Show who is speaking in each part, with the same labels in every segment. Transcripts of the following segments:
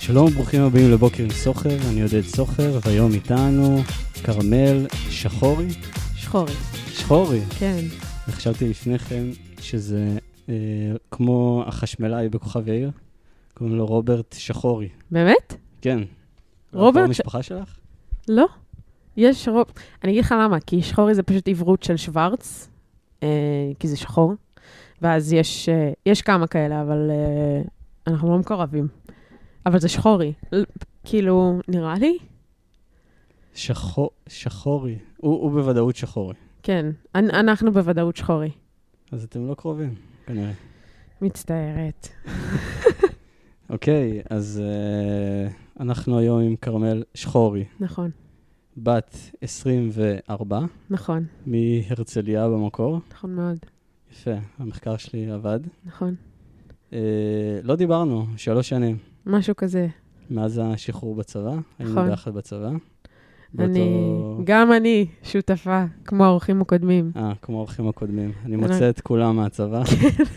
Speaker 1: שלום וברוכים הבאים לבוקר עם סוחר, אני עודד סוחר, והיום איתנו כרמל שחורי.
Speaker 2: שחורי,
Speaker 1: שחורי.
Speaker 2: כן.
Speaker 1: וחשבתי לפני כן שזה אה, כמו החשמלאי בכוכב יאיר, קוראים לו רוברט שחורי.
Speaker 2: באמת?
Speaker 1: כן.
Speaker 2: רוברט
Speaker 1: הוא
Speaker 2: ש-
Speaker 1: המשפחה שלך?
Speaker 2: לא. יש רוב... אני אגיד לך למה, כי שחורי זה פשוט עברות של שוורץ, אה, כי זה שחור, ואז יש, אה, יש כמה כאלה, אבל אה, אנחנו לא מקורבים. אבל זה שחורי. ל- כאילו, נראה לי?
Speaker 1: שחו... שחורי. הוא, הוא בוודאות שחורי.
Speaker 2: כן. אנ- אנחנו בוודאות שחורי.
Speaker 1: אז אתם לא קרובים, כנראה.
Speaker 2: מצטערת.
Speaker 1: אוקיי, אז אה, אנחנו היום עם כרמל שחורי,
Speaker 2: נכון,
Speaker 1: בת 24,
Speaker 2: נכון,
Speaker 1: מהרצליה במקור.
Speaker 2: נכון מאוד,
Speaker 1: יפה, המחקר שלי עבד.
Speaker 2: נכון.
Speaker 1: אה, לא דיברנו, שלוש שנים.
Speaker 2: משהו כזה.
Speaker 1: מאז השחרור בצבא, היינו
Speaker 2: נכון.
Speaker 1: ביחד בצבא.
Speaker 2: אני,
Speaker 1: באותו-
Speaker 2: גם אני שותפה, כמו האורחים הקודמים.
Speaker 1: אה, כמו האורחים הקודמים. אני
Speaker 2: אני-
Speaker 1: מוצא את כולם מהצבא.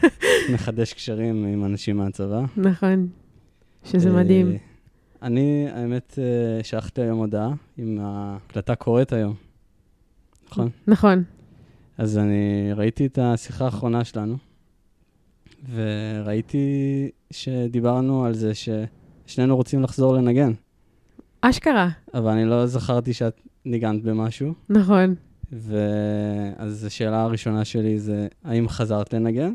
Speaker 1: מחדש קשרים עם אנשים מהצבא.
Speaker 2: נכון, שזה
Speaker 1: אה,
Speaker 2: מדהים.
Speaker 1: אני, האמת, אה, שלחתי היום הודעה, אם ההקלטה קורית היום, נכון?
Speaker 2: נכון,
Speaker 1: אז אני ראיתי את השיחה האחרונה שלנו, וראיתי שדיברנו על זה ששנינו רוצים לחזור לנגן,
Speaker 2: אשכרה,
Speaker 1: אבל אני לא זכרתי שאת ניגנת במשהו,
Speaker 2: נכון.
Speaker 1: ואז השאלה הראשונה שלי זה, האם חזרת לנגן?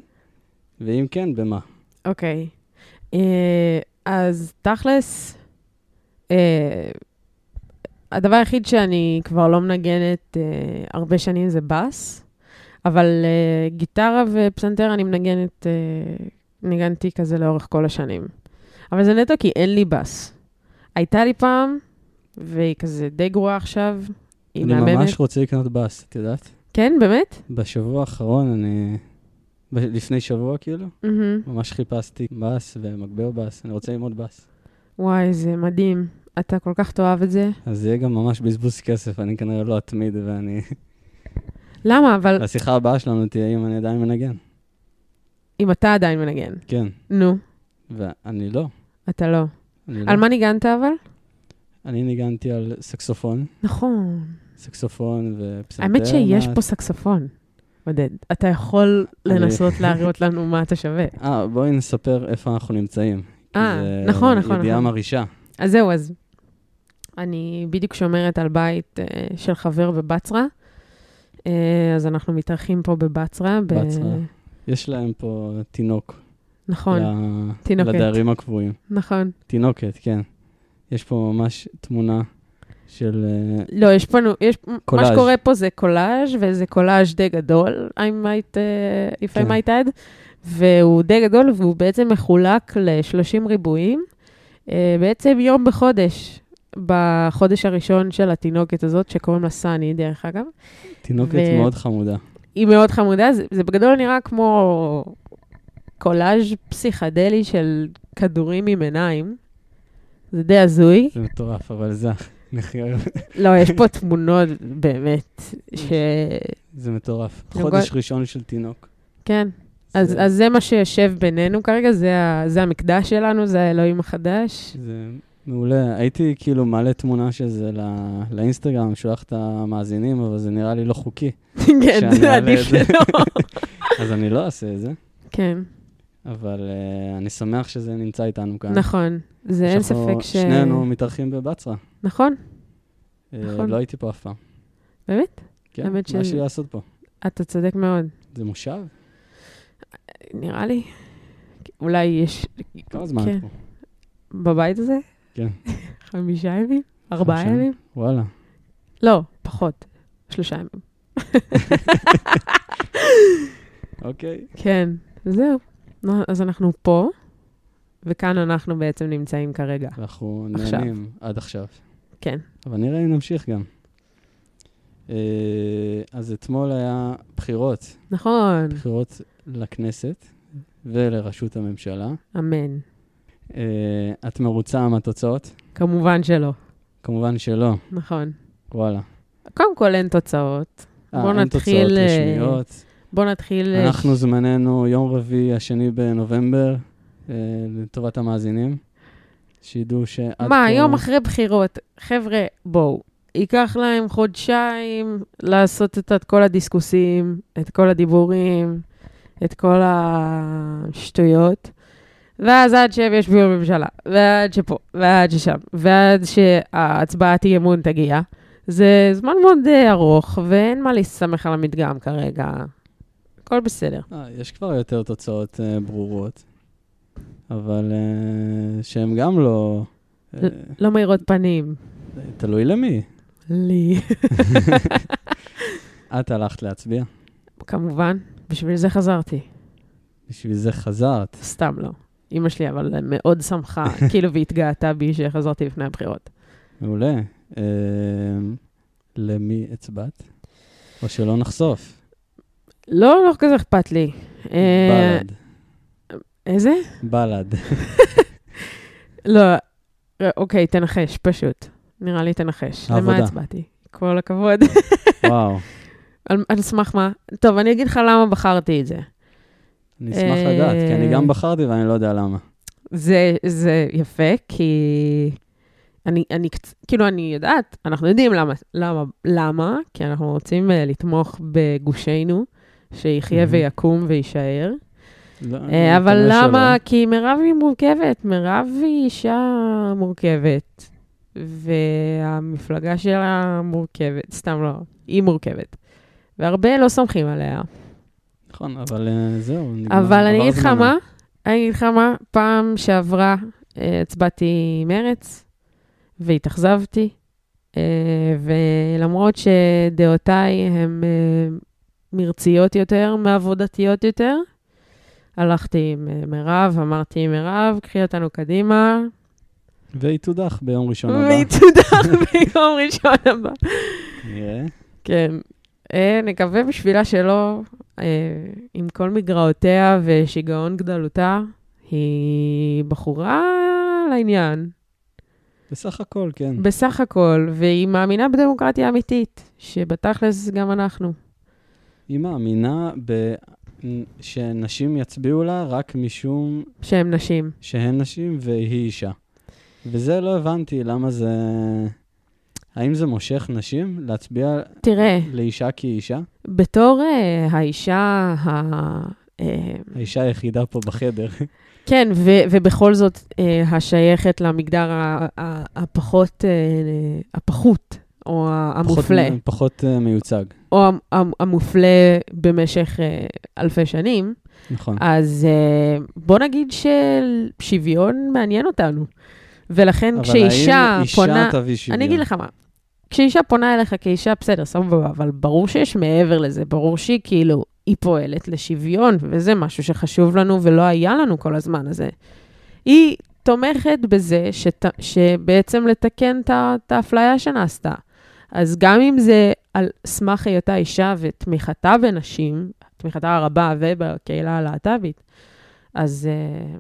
Speaker 1: ואם כן, במה?
Speaker 2: אוקיי. אה, אז תכלס, אה, הדבר היחיד שאני כבר לא מנגנת אה, הרבה שנים זה בס, אבל אה, גיטרה ופסנתר אני מנגנת, אה, ניגנתי כזה לאורך כל השנים. אבל זה נטו כי אין לי בס. הייתה לי פעם, והיא כזה די גרועה עכשיו. היא
Speaker 1: אני
Speaker 2: מהממת.
Speaker 1: ממש רוצה לקנות בס, את יודעת?
Speaker 2: כן, באמת?
Speaker 1: בשבוע האחרון אני... ב- לפני שבוע כאילו,
Speaker 2: מהמם.
Speaker 1: ממש חיפשתי בס ומגבר בס, אני רוצה ללמוד בס.
Speaker 2: וואי, זה מדהים. אתה כל כך תאהב את זה.
Speaker 1: אז זה יהיה גם ממש בזבוז כסף, אני כנראה לא אתמיד ואני...
Speaker 2: למה? אבל
Speaker 1: השיחה הבאה שלנו תהיה אם אני עדיין מנגן.
Speaker 2: אם אתה עדיין מנגן.
Speaker 1: כן,
Speaker 2: נו,
Speaker 1: ואני לא.
Speaker 2: אתה לא.
Speaker 1: אני לא.
Speaker 2: על מה ניגנת אבל?
Speaker 1: אני ניגנתי על סקסופון,
Speaker 2: נכון.
Speaker 1: סקסופון ופסנתר.
Speaker 2: האמת שיש
Speaker 1: מעט.
Speaker 2: פה סקסופון, עודד. אתה יכול
Speaker 1: אני-
Speaker 2: לנסות להראות לנו מה אתה שווה.
Speaker 1: אה, בואי נספר איפה אנחנו נמצאים. כי
Speaker 2: אה,
Speaker 1: זה
Speaker 2: נכון, נכון,
Speaker 1: ידיעה
Speaker 2: נכון.
Speaker 1: מרעישה.
Speaker 2: אז זהו, אז אני בדיוק שומרת על בית אה, של חבר בבצרה. אה, אז אנחנו מתארחים פה בבצרה. ב-
Speaker 1: בצרה. יש להם פה תינוק.
Speaker 2: נכון,
Speaker 1: ל-
Speaker 2: תינוקת.
Speaker 1: לדיירים הקבועים.
Speaker 2: נכון.
Speaker 1: תינוקת, כן. יש פה ממש תמונה של... אה,
Speaker 2: לא, יש פה, נו- יש, מה
Speaker 1: קולאז'.
Speaker 2: שקורה פה זה קולאז', וזה קולאז' די גדול, I might, uh, if
Speaker 1: כן.
Speaker 2: I might add, והוא די גדול, והוא בעצם מחולק ל-30 ריבועים, uh, בעצם יום בחודש, בחודש הראשון של התינוקת הזאת, שקוראים לה סאני, דרך אגב.
Speaker 1: תינוקת
Speaker 2: ו-
Speaker 1: מאוד חמודה.
Speaker 2: היא מאוד חמודה, זה, זה בגדול נראה כמו קולאז' פסיכדלי של כדורים עם עיניים. זה די הזוי.
Speaker 1: זה מטורף, אבל זה... נחיה-
Speaker 2: לא, יש פה תמונות באמת, ש...
Speaker 1: זה מטורף.
Speaker 2: נוגע-
Speaker 1: חודש ראשון של תינוק.
Speaker 2: כן. אז,
Speaker 1: זה-
Speaker 2: אז זה מה שיושב בינינו כרגע, זה, ה, זה המקדש שלנו, זה האלוהים החדש.
Speaker 1: זה מעולה. הייתי כאילו מעלה תמונה של זה לא- לאינסטגרם, שולח את המאזינים, אבל זה נראה לי לא חוקי.
Speaker 2: כן,
Speaker 1: שאני
Speaker 2: זה
Speaker 1: אעלה
Speaker 2: עדיף
Speaker 1: את זה.
Speaker 2: שלא.
Speaker 1: אז אני לא אעשה את זה,
Speaker 2: כן,
Speaker 1: אבל אה, אני שמח שזה נמצא איתנו כאן.
Speaker 2: נכון. זה אין
Speaker 1: שאנחנו
Speaker 2: ספק ש...
Speaker 1: כן. שנינו מתארחים בבצרה.
Speaker 2: נכון,
Speaker 1: אה,
Speaker 2: נכון.
Speaker 1: לא הייתי פה אף פעם.
Speaker 2: באמת?
Speaker 1: כן,
Speaker 2: האמת
Speaker 1: מה
Speaker 2: ש-
Speaker 1: יש לי לעשות פה?
Speaker 2: אתה צודק מאוד,
Speaker 1: זה מושב?
Speaker 2: נראה לי. אולי יש...
Speaker 1: כמה זמן
Speaker 2: כן.
Speaker 1: את פה?
Speaker 2: בבית הזה?
Speaker 1: כן.
Speaker 2: חמישה ימים? ארבעה
Speaker 1: חמישה?
Speaker 2: ימים?
Speaker 1: וואלה.
Speaker 2: לא, פחות. שלושה ימים.
Speaker 1: אוקיי.
Speaker 2: כן, זהו. נו, אז אנחנו פה, וכאן אנחנו בעצם נמצאים כרגע.
Speaker 1: אנחנו
Speaker 2: עכשיו.
Speaker 1: נהנים עד עכשיו.
Speaker 2: כן.
Speaker 1: אבל נראה אם נמשיך גם. אה, אז אתמול היה בחירות.
Speaker 2: נכון,
Speaker 1: בחירות לכנסת ולראשות הממשלה.
Speaker 2: אמן.
Speaker 1: אה, את מרוצה מהתוצאות?
Speaker 2: כמובן שלא,
Speaker 1: כמובן שלא,
Speaker 2: נכון. וואלה.
Speaker 1: וואלה.
Speaker 2: קודם כל אין תוצאות.
Speaker 1: אה,
Speaker 2: בוא
Speaker 1: אין
Speaker 2: נתחיל,
Speaker 1: תוצאות
Speaker 2: אה,
Speaker 1: רשמיות.
Speaker 2: בוא נתחיל... אה,
Speaker 1: אנחנו זמננו יום רביעי, השני בנובמבר, אה, לטובת המאזינים. שידעו שעד כה...
Speaker 2: מה, יום אחרי בחירות, חבר'ה, בואו. ייקח להם חודשיים לעשות את, את כל הדיסקוסים, את כל הדיבורים, את כל השטויות. ואז עד שהם ישבו בממשלה, ועד שפה, ועד ששם, ועד שההצבעת אי אמון תגיע. זה זמן מאוד אה, ארוך, ואין מה להסתמך על המדגם כרגע. הכל בסדר.
Speaker 1: אה, יש כבר יותר תוצאות אה, ברורות, אבל אה, שהן גם לא... אה,
Speaker 2: לא מאירות פנים.
Speaker 1: תלוי למי.
Speaker 2: לי.
Speaker 1: את הלכת להצביע,
Speaker 2: כמובן, בשביל זה חזרתי.
Speaker 1: בשביל זה חזרת.
Speaker 2: סתם לא. אימא שלי אבל מאוד שמחה, כאילו, והתגאתה בי שחזרתי לפני הבחירות.
Speaker 1: מעולה. אה, למי הצבעת? או שלא נחשוף.
Speaker 2: לא, לא כזה אכפת לי. אה,
Speaker 1: בל"ד.
Speaker 2: איזה?
Speaker 1: בל"ד.
Speaker 2: לא, אה, אוקיי, תנחש, פשוט. נראה לי תנחש. למה
Speaker 1: העבודה.
Speaker 2: הצבעתי? כל הכבוד.
Speaker 1: וואו.
Speaker 2: על על סמך מה? טוב, אני אגיד לך למה בחרתי את זה.
Speaker 1: אני אשמח
Speaker 2: אה,
Speaker 1: לדעת, כי אני גם בחרתי ואני לא יודע למה.
Speaker 2: זה, זה יפה, כי אני, אני, קצ- כאילו, אני יודעת, אנחנו יודעים למה, למה, למה, כי אנחנו רוצים אה, לתמוך בגושנו, שיחיה
Speaker 1: Mhm.
Speaker 2: ויקום ויישאר.
Speaker 1: לא,
Speaker 2: אה,
Speaker 1: אני
Speaker 2: אבל
Speaker 1: מקווה
Speaker 2: למה? כי מירב היא מורכבת, מירב היא אישה מורכבת, והמפלגה שלה מורכבת, סתם לא, היא מורכבת. והרבה לא סומכים עליה.
Speaker 1: שלא. נכון, אבל אה, זהו, נגמר.
Speaker 2: אבל אני
Speaker 1: עבר
Speaker 2: אגיד לך
Speaker 1: זמנו.
Speaker 2: מה, אני אגיד לך מה, פעם שעברה אה, הצבעתי מרץ, והתאכזבתי, אה, ולמרות שדעותיי הן אה, מרציות יותר, מעבודתיות יותר, הלכתי עם אה, מירב, אמרתי מירב, קחי אותנו קדימה,
Speaker 1: והיא תודח ביום ראשון הבא,
Speaker 2: והיא תודח ביום ראשון הבא.
Speaker 1: נראה.
Speaker 2: כן. אה, נקווה בשבילה שלא, אה, עם כל מגרעותיה ושיגעון גדלותה, היא בחורה לעניין,
Speaker 1: בסך הכל, כן.
Speaker 2: בסך הכל, והיא מאמינה בדמוקרטיה אמיתית, שבתכלס גם אנחנו.
Speaker 1: היא מאמינה ב... שנשים יצביעו לה רק משום
Speaker 2: שהן נשים.
Speaker 1: שהן נשים והיא אישה. וזה לא הבנתי למה זה... האם זה מושך נשים להצביע
Speaker 2: תראה,
Speaker 1: לאישה כי היא אישה?
Speaker 2: בתור אה, האישה ה... אה,
Speaker 1: האישה היחידה פה בחדר.
Speaker 2: כן, ו- ובכל זאת אה, השייכת למגדר ה- ה- הפחות, אה, הפחות, או ה- המופלה.
Speaker 1: פחות, פחות אה, מיוצג,
Speaker 2: או המ- המ- המופלה במשך אה, אלפי שנים,
Speaker 1: נכון.
Speaker 2: אז אה, בוא נגיד ששוויון מעניין אותנו. ולכן
Speaker 1: אבל
Speaker 2: כשאישה
Speaker 1: האם
Speaker 2: פונה...
Speaker 1: אישה תביא שוויון?
Speaker 2: אני אגיד לך מה. כשאישה פונה אליך כאישה, בסדר, סבבה, אבל ברור שיש מעבר לזה, ברור שהיא כאילו, היא פועלת לשוויון, וזה משהו שחשוב לנו ולא היה לנו כל הזמן הזה. היא תומכת בזה שת, שבעצם לתקן את ה- את האפליה שנעשתה. אז גם אם זה על סמך היותה אישה ותמיכתה בנשים, תמיכתה הרבה ובקהילה הלהט"בית, אז אה,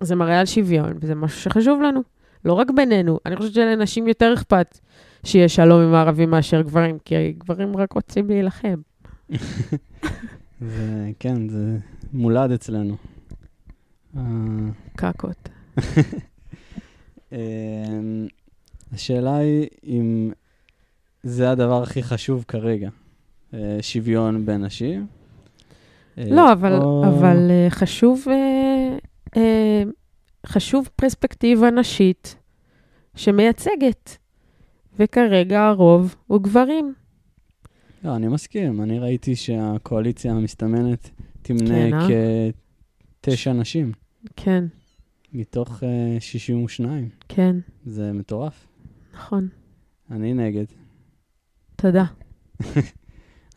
Speaker 2: זה מראה על שוויון, וזה משהו שחשוב לנו. לא רק בינינו, אני חושבת שלנשים יותר אכפת שיהיה שלום עם הערבים מאשר גברים, כי גברים רק רוצים להילחם.
Speaker 1: זה, כן, זה מולד אצלנו. אה,
Speaker 2: קקות.
Speaker 1: אמ, השאלה היא אם זה הדבר הכי חשוב כרגע, אה, שוויון בין נשים. אה,
Speaker 2: לא, אבל,
Speaker 1: או-
Speaker 2: אבל אה, חשוב, אה, אה, חשוב פרספקטיבה נשית שמייצגת, וכרגע הרוב הוא גברים.
Speaker 1: לא, אני מסכים. אני ראיתי שהקואליציה המסתמנת
Speaker 2: כן,
Speaker 1: תמנה
Speaker 2: אה?
Speaker 1: כתשע נשים
Speaker 2: כן,
Speaker 1: מתוך אה, 62.
Speaker 2: כן,
Speaker 1: זה מטורף.
Speaker 2: נכון.
Speaker 1: אני נגד.
Speaker 2: תודה.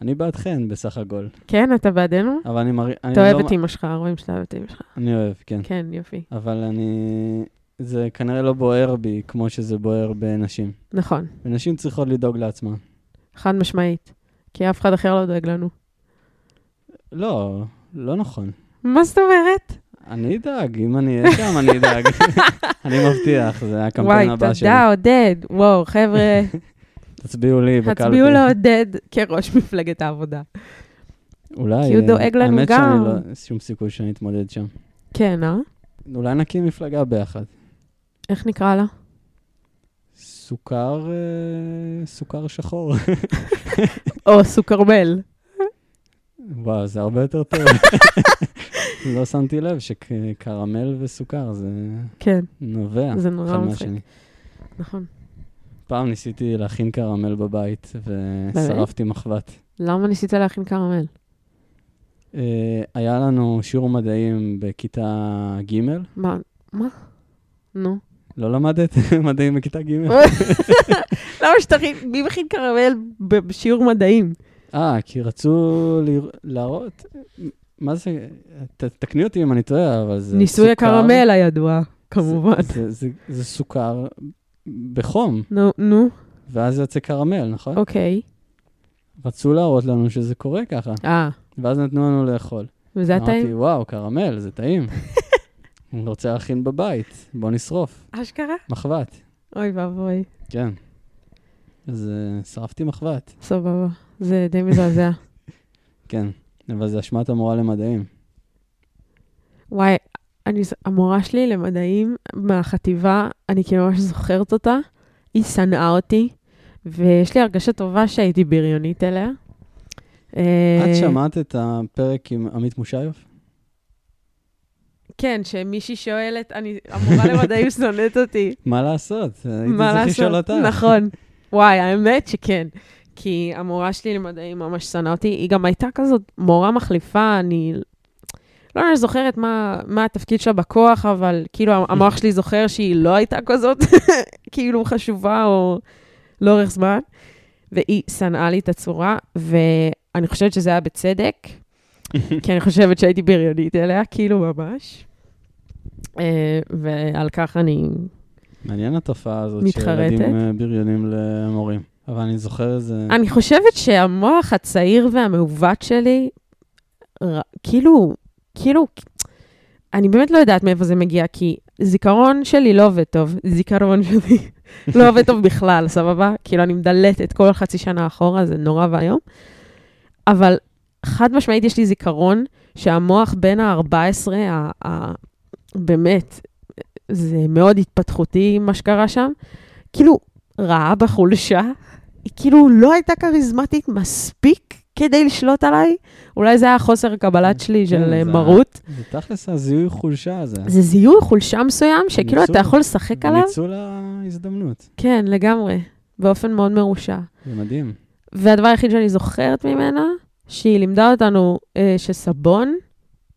Speaker 1: אני בעדכן בסך הכל,
Speaker 2: כן, אתה בעדנו?
Speaker 1: אבל אני לא מראה...
Speaker 2: אתה אוהב את אימא שלך, רואים שאתה אוהב את אימא שלך.
Speaker 1: אני אוהב, כן.
Speaker 2: כן, יופי.
Speaker 1: אבל אני... זה כנראה לא בוער בי כמו שזה בוער בנשים.
Speaker 2: נכון,
Speaker 1: ונשים צריכות לדאוג לעצמן.
Speaker 2: חד משמעית. כי אף אחד אחר לא דואג לנו.
Speaker 1: לא, לא נכון.
Speaker 2: מה זאת אומרת?
Speaker 1: אני אדאג, אם אני אהיה שם, אני אדאג. אני מבטיח, זה הקמפיין הבא שלי.
Speaker 2: וואי, תודה, עודד. וואו, חבר'ה,
Speaker 1: תצביעו לי בקלפי.
Speaker 2: הצביעו לעודד כראש מפלגת העבודה.
Speaker 1: אולי... אה,
Speaker 2: כי הוא דואג לנו
Speaker 1: האמת
Speaker 2: גם.
Speaker 1: שאני לא... שום סיכוי שאני אתמודד שם.
Speaker 2: כן, אה?
Speaker 1: אולי נקים מפלגה ביחד.
Speaker 2: איך נקרא לה?
Speaker 1: סוכר, אה, סוכר שחור.
Speaker 2: או סוכרבל.
Speaker 1: וואו, זה הרבה יותר טוב. לא שמתי לב שקרמל וסוכר, זה
Speaker 2: כן,
Speaker 1: נובע.
Speaker 2: זה נורא
Speaker 1: אחד
Speaker 2: מצחיק.
Speaker 1: מהשני.
Speaker 2: נכון.
Speaker 1: פעם ניסיתי להכין קרמל בבית, ושרפתי מחבת.
Speaker 2: למה ניסית להכין קרמל?
Speaker 1: אה, היה לנו שיעור מדעים בכיתה ג',
Speaker 2: מה? מה? נו.
Speaker 1: לא למדת מדעים בכיתה ג'?
Speaker 2: למה שתכין, מי מכין קרמל ב- בשיעור מדעים?
Speaker 1: אה, כי רצו לרא- להראות, מה זה, ת- תקני אותי אם אני טועה, אבל זה
Speaker 2: ניסוי
Speaker 1: סוכר-
Speaker 2: הקרמל הידוע, כמובן.
Speaker 1: זה- זה- זה- זה סוכר בחום,
Speaker 2: נו, נו,
Speaker 1: ואז יוצא קרמל, נכון?
Speaker 2: אוקיי.
Speaker 1: רצו להראות לנו שזה קורה ככה,
Speaker 2: אה,
Speaker 1: ואז נתנו לנו לאכול.
Speaker 2: וזה
Speaker 1: אמרתי,
Speaker 2: הטעים?
Speaker 1: וואו, קרמל, זה טעים. אני רוצה להכין בבית, בוא נשרוף.
Speaker 2: אשכרה?
Speaker 1: מחבת,
Speaker 2: אוי ואבוי,
Speaker 1: כן. אז אה, שרפתי מחבת,
Speaker 2: סבבה. זה די מזעזע.
Speaker 1: כן. אבל זה אשמת המורה למדעים.
Speaker 2: וואי, אני, ז- המורה שלי למדעים מהחטיבה, אני כאילו ממש זוכרת אותה, היא שנאה אותי, ויש לי הרגשה טובה שהייתי בריונית אליה. אה,
Speaker 1: את שמעת את הפרק עם עמית מושיוף?
Speaker 2: כן, שמישהי שואלת, אני, המורה למדעים שונאת אותי.
Speaker 1: מה לעשות? הייתי
Speaker 2: מה
Speaker 1: צריך לשאול
Speaker 2: לעשות?
Speaker 1: אותך.
Speaker 2: נכון. וואי, האמת שכן. כי המורה שלי למדעים ממש שנאה אותי. היא גם הייתה כזאת מורה מחליפה, אני לא ממש זוכרת מה, מה התפקיד שלה בכוח, אבל כאילו המוח שלי זוכר שהיא לא הייתה כזאת, כאילו חשובה או לאורך זמן. והיא שנאה לי את הצורה, ואני חושבת שזה היה בצדק, כי אני חושבת שהייתי בריונית אליה, כאילו ממש. אה, ועל כך אני
Speaker 1: מעניין התופעה הזאת
Speaker 2: מתחרטת.
Speaker 1: שילדים אה, בריונים למורים. אבל אני זוכר איזה...
Speaker 2: אני חושבת שהמוח הצעיר והמעוות שלי, ר- כאילו, כאילו, אני באמת לא יודעת מאיפה זה מגיע, כי זיכרון שלי לא עובד טוב, זיכרון שלי לא עובד טוב בכלל, סבבה? כאילו, אני מדלתת כל חצי שנה אחורה, זה נורא ואיום. אבל חד משמעית יש לי זיכרון שהמוח בין ה-14, ה- ה- באמת, זה מאוד התפתחותי מה שקרה שם, כאילו, רעה בחולשה. היא כאילו לא הייתה כריזמטית מספיק כדי לשלוט עליי. אולי זה היה חוסר קבלת שלי
Speaker 1: כן,
Speaker 2: של
Speaker 1: זה
Speaker 2: אה,
Speaker 1: היה-
Speaker 2: מרות.
Speaker 1: זה תכלס הזיהוי חולשה הזה.
Speaker 2: זה זיהוי חולשה מסוים, שכאילו
Speaker 1: ניצול.
Speaker 2: אתה יכול לשחק עליו.
Speaker 1: ניצול ההזדמנות.
Speaker 2: כן, לגמרי, באופן מאוד מרושע.
Speaker 1: זה מדהים.
Speaker 2: והדבר היחיד שאני זוכרת ממנה, שהיא לימדה אותנו אה, שסבון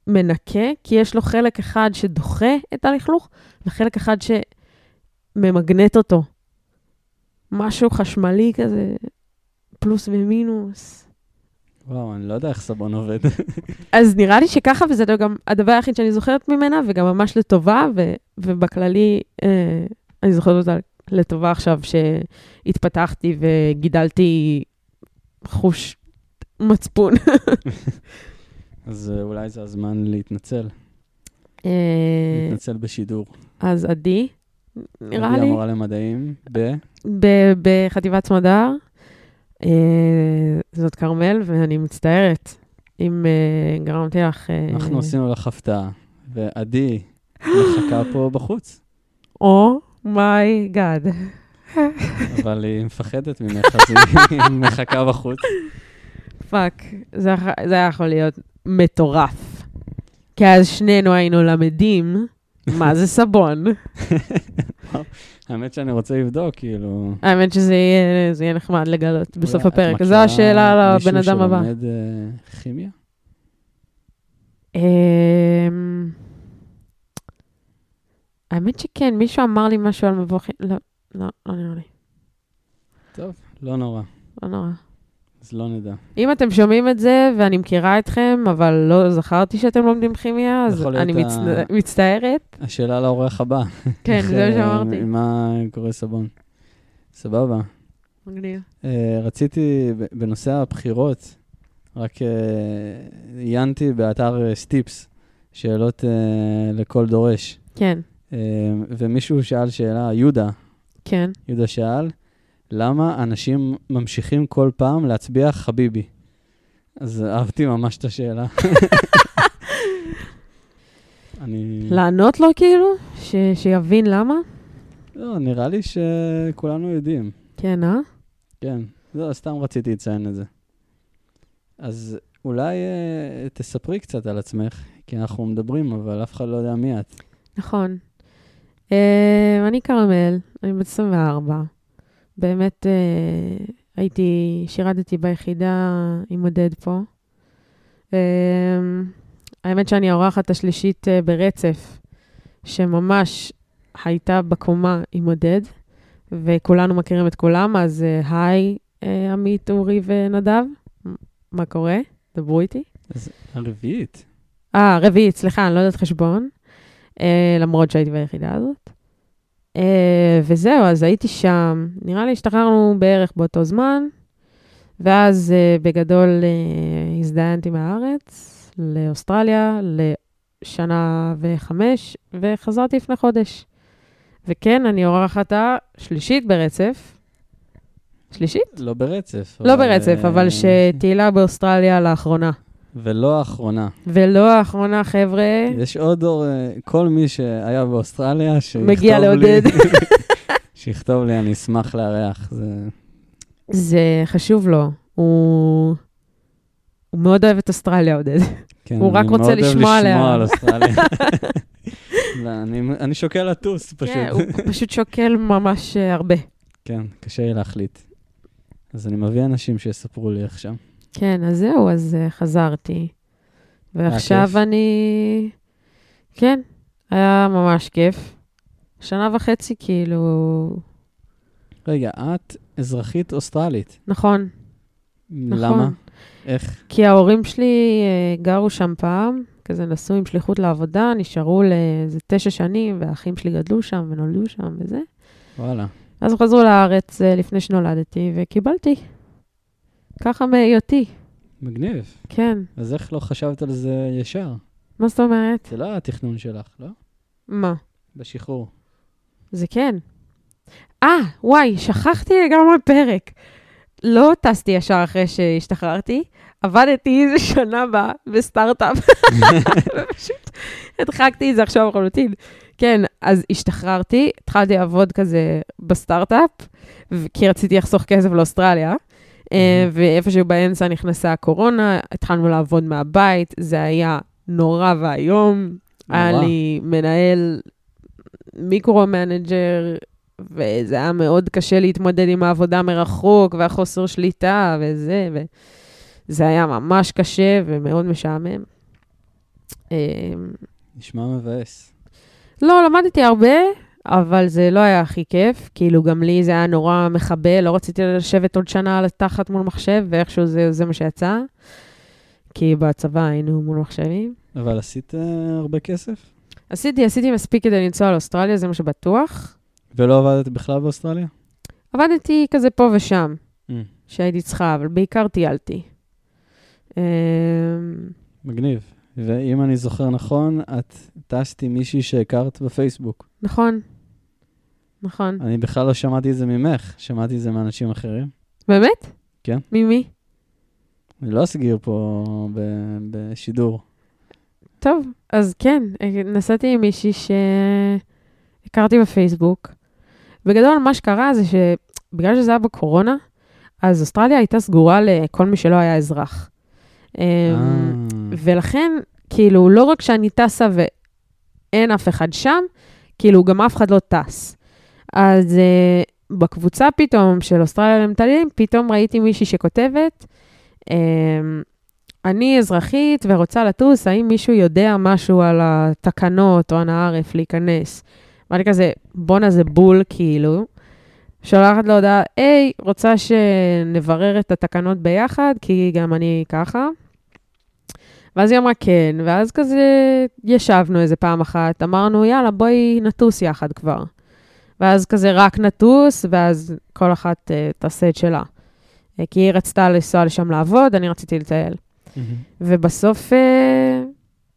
Speaker 2: מנקה, כי יש לו חלק אחד שדוחה את הלכלוך, וחלק אחד שממגנט אותו. משהו חשמלי כזה, פלוס ומינוס.
Speaker 1: וואו, אני לא יודע איך סבון עובד.
Speaker 2: אז נראה לי שככה, וזה לא גם הדבר היחיד שאני זוכרת ממנה, וגם ממש לטובה, ו- ובכללי, אה, אני זוכרת אותה לטובה עכשיו, שהתפתחתי וגידלתי חוש מצפון.
Speaker 1: אז אה, אולי זה הזמן להתנצל.
Speaker 2: אה,
Speaker 1: להתנצל בשידור.
Speaker 2: אז עדי, נראה
Speaker 1: היא
Speaker 2: לי, אה.
Speaker 1: המורה למדעים ב...
Speaker 2: ב- בחטיבת סמדר, אה, זאת כרמל, ואני מצטערת אם אה, גרמתי לך... אה,
Speaker 1: אנחנו עשינו לך הפתעה. ועדי מחכה פה בחוץ,
Speaker 2: או מיי גאד.
Speaker 1: אבל היא מפחדת ממך, אז היא מחכה בחוץ.
Speaker 2: פאק, זה היה- זה היה יכול להיות מטורף. כי אז שנינו היינו למדים מה זה סבון.
Speaker 1: האמת שאני רוצה לבדוק, כאילו...
Speaker 2: האמת שזה יהיה, זה יהיה נחמד לגלות בסוף
Speaker 1: אולי את
Speaker 2: הפרק. זו
Speaker 1: מכירה
Speaker 2: השאלה לבן אדם הבא.
Speaker 1: מישהו שלומד אה, כימיה?
Speaker 2: אמ, האמת שכן, מישהו אמר לי משהו על מבוכים. לא, לא, לא נראה לי.
Speaker 1: טוב, לא נורא,
Speaker 2: לא נורא.
Speaker 1: אז לא נדע.
Speaker 2: אם אתם שומעים את זה, ואני מכירה אתכם, אבל לא זכרתי שאתם לומדים כימיה, אז
Speaker 1: יכול להיות
Speaker 2: אני
Speaker 1: ה-
Speaker 2: מצט- מצטערת.
Speaker 1: השאלה לאורח הבא.
Speaker 2: כן,
Speaker 1: איך,
Speaker 2: זה מה
Speaker 1: אה,
Speaker 2: שאמרתי.
Speaker 1: עם מה קורה סבון? סבבה.
Speaker 2: מגניב.
Speaker 1: אה, רציתי, ב- בנושא הבחירות, רק אה, עיינתי באתר אה, סטיפס, שאלות אה, לכל דורש.
Speaker 2: כן,
Speaker 1: אה, ומישהו שאל שאלה, יהודה,
Speaker 2: כן.
Speaker 1: יהודה שאל, למה אנשים ממשיכים כל פעם להצביע חביבי? אז אהבתי ממש את השאלה. אני...
Speaker 2: לענות לו כאילו? ש- שיבין למה?
Speaker 1: לא, נראה לי שכולנו יודעים.
Speaker 2: כן, אה?
Speaker 1: כן. לא, סתם רציתי לציין את זה. אז אולי אה, תספרי קצת על עצמך, כי אנחנו מדברים, אבל אף אחד לא יודע מי את.
Speaker 2: נכון. אה, אני כרמל, אני בת 24. באמת אה, הייתי, שירתתי ביחידה עם עודד פה. אה, האמת שאני האורחת השלישית אה, ברצף, שממש הייתה בקומה עם עודד, וכולנו מכירים את כולם, אז אה, היי, אה, עמית, אורי ונדב, מ- מה קורה? דברו איתי.
Speaker 1: הרביעית.
Speaker 2: אה, רביעית, סליחה, אני לא יודעת חשבון, אה, למרות שהייתי ביחידה הזאת. אה, וזהו, אז הייתי שם, נראה לי השתחררנו בערך באותו זמן, ואז אה, בגדול אה, הזדיינתי מהארץ לאוסטרליה לשנה וחמש, וחזרתי לפני חודש. וכן, אני אורחת השלישית ברצף. שלישית?
Speaker 1: לא ברצף.
Speaker 2: לא ברצף,
Speaker 1: אה,
Speaker 2: אבל שטיילה באוסטרליה לאחרונה.
Speaker 1: ולא האחרונה.
Speaker 2: ולא האחרונה, חבר'ה.
Speaker 1: יש עוד אור, אה, כל מי שהיה באוסטרליה, שיכתוב לי...
Speaker 2: מגיע לעודד.
Speaker 1: שיכתוב לי, אני אשמח לארח. זה...
Speaker 2: זה חשוב לו. הוא, הוא מאוד אוהב את אוסטרליה, עודד.
Speaker 1: כן,
Speaker 2: הוא רק רוצה לשמוע
Speaker 1: אני מאוד
Speaker 2: עליה.
Speaker 1: אוהב לשמוע על אוסטרליה. לא, אני- אני שוקל לטוס פשוט.
Speaker 2: כן, הוא פשוט שוקל ממש אה, הרבה.
Speaker 1: כן, קשה לי להחליט. אז אני מביא אנשים שיספרו לי איך שם.
Speaker 2: כן, אז זהו, אז אה, חזרתי. ועכשיו
Speaker 1: כיף?
Speaker 2: אני... כן, היה ממש כיף. שנה וחצי, כאילו...
Speaker 1: רגע, את אזרחית אוסטרלית.
Speaker 2: נכון.
Speaker 1: למה? איך?
Speaker 2: כי ההורים שלי אה, גרו שם פעם, כזה נסעו עם שליחות לעבודה, נשארו לאיזה תשע שנים, והאחים שלי גדלו שם ונולדו שם וזה.
Speaker 1: וואלה.
Speaker 2: אז הם חזרו לארץ אה, לפני שנולדתי, וקיבלתי. ככה מהיותי,
Speaker 1: מגניב.
Speaker 2: כן.
Speaker 1: אז איך לא חשבת על זה ישר?
Speaker 2: מה זאת אומרת?
Speaker 1: זה לא היה התכנון שלך, לא?
Speaker 2: מה?
Speaker 1: בשחרור.
Speaker 2: זה כן. אה, וואי, שכחתי לגמרי פרק. לא טסתי ישר אחרי שהשתחררתי, עבדתי איזה שנה בה בסטארט-אפ, ופשוט הדחקתי את זה עכשיו לחלוטין. כן, אז השתחררתי, התחלתי לעבוד כזה בסטארט-אפ, ו- כי רציתי לחסוך כסף לאוסטרליה, אה, ואיפשהו באמצע נכנסה הקורונה, התחלנו לעבוד מהבית, זה היה נורא ואיום, היה
Speaker 1: נורא.
Speaker 2: אה, לי מנהל מיקרו-מנג'ר, וזה היה מאוד קשה להתמודד עם העבודה מרחוק והחוסר שליטה וזה, וזה היה ממש קשה ומאוד משעמם. אמ,
Speaker 1: נשמע מבאס.
Speaker 2: לא, למדתי הרבה, אבל זה לא היה הכי כיף. כאילו, גם לי זה היה נורא מכבה, לא רציתי לשבת עוד שנה על התחת מול מחשב, ואיכשהו זה, זה מה שיצא. כי בצבא היינו מול מחשבים.
Speaker 1: אבל עשית אה, הרבה כסף?
Speaker 2: עשיתי, עשיתי מספיק כדי לנסוע לאוסטרליה, זה מה שבטוח.
Speaker 1: ולא עבדת בכלל באוסטרליה?
Speaker 2: עבדתי כזה פה ושם,
Speaker 1: Mm.
Speaker 2: שהייתי צריכה, אבל בעיקר טיילתי. אמ,
Speaker 1: מגניב. ואם אני זוכר נכון, את טסת עם מישהי שהכרת בפייסבוק.
Speaker 2: נכון. נכון.
Speaker 1: אני בכלל לא שמעתי את זה ממך, שמעתי את זה מאנשים אחרים.
Speaker 2: באמת?
Speaker 1: כן.
Speaker 2: ממי?
Speaker 1: אני לא אסגיר פה ב- בשידור.
Speaker 2: טוב, אז כן, אה, נסעתי עם מישהי שהכרתי בפייסבוק. בגדול, מה שקרה זה שבגלל שזה היה בקורונה, אז אוסטרליה הייתה סגורה לכל מי שלא היה אזרח. אמ,
Speaker 1: אה,
Speaker 2: ולכן, כאילו, לא רק שאני טסה ואין אף אחד שם, כאילו, גם אף אחד לא טס. אז uh, בקבוצה פתאום של אוסטרליה למטיילים, פתאום ראיתי מישהי שכותבת, um, אני אזרחית ורוצה לטוס, האם מישהו יודע משהו על התקנות או אנא ערף להיכנס? ואני כזה, בואנה זה בול, כאילו. שולחת לו הודעה, היי, רוצה שנברר את התקנות ביחד, כי גם אני ככה. ואז היא אמרה כן, ואז כזה ישבנו איזה פעם אחת, אמרנו, יאללה, בואי נטוס יחד כבר. ואז כזה רק נטוס, ואז כל אחת uh, תעשה את שלה. אה, כי היא רצתה לנסוע לשם לעבוד, אני רציתי לטייל.
Speaker 1: מהמם.
Speaker 2: ובסוף אה,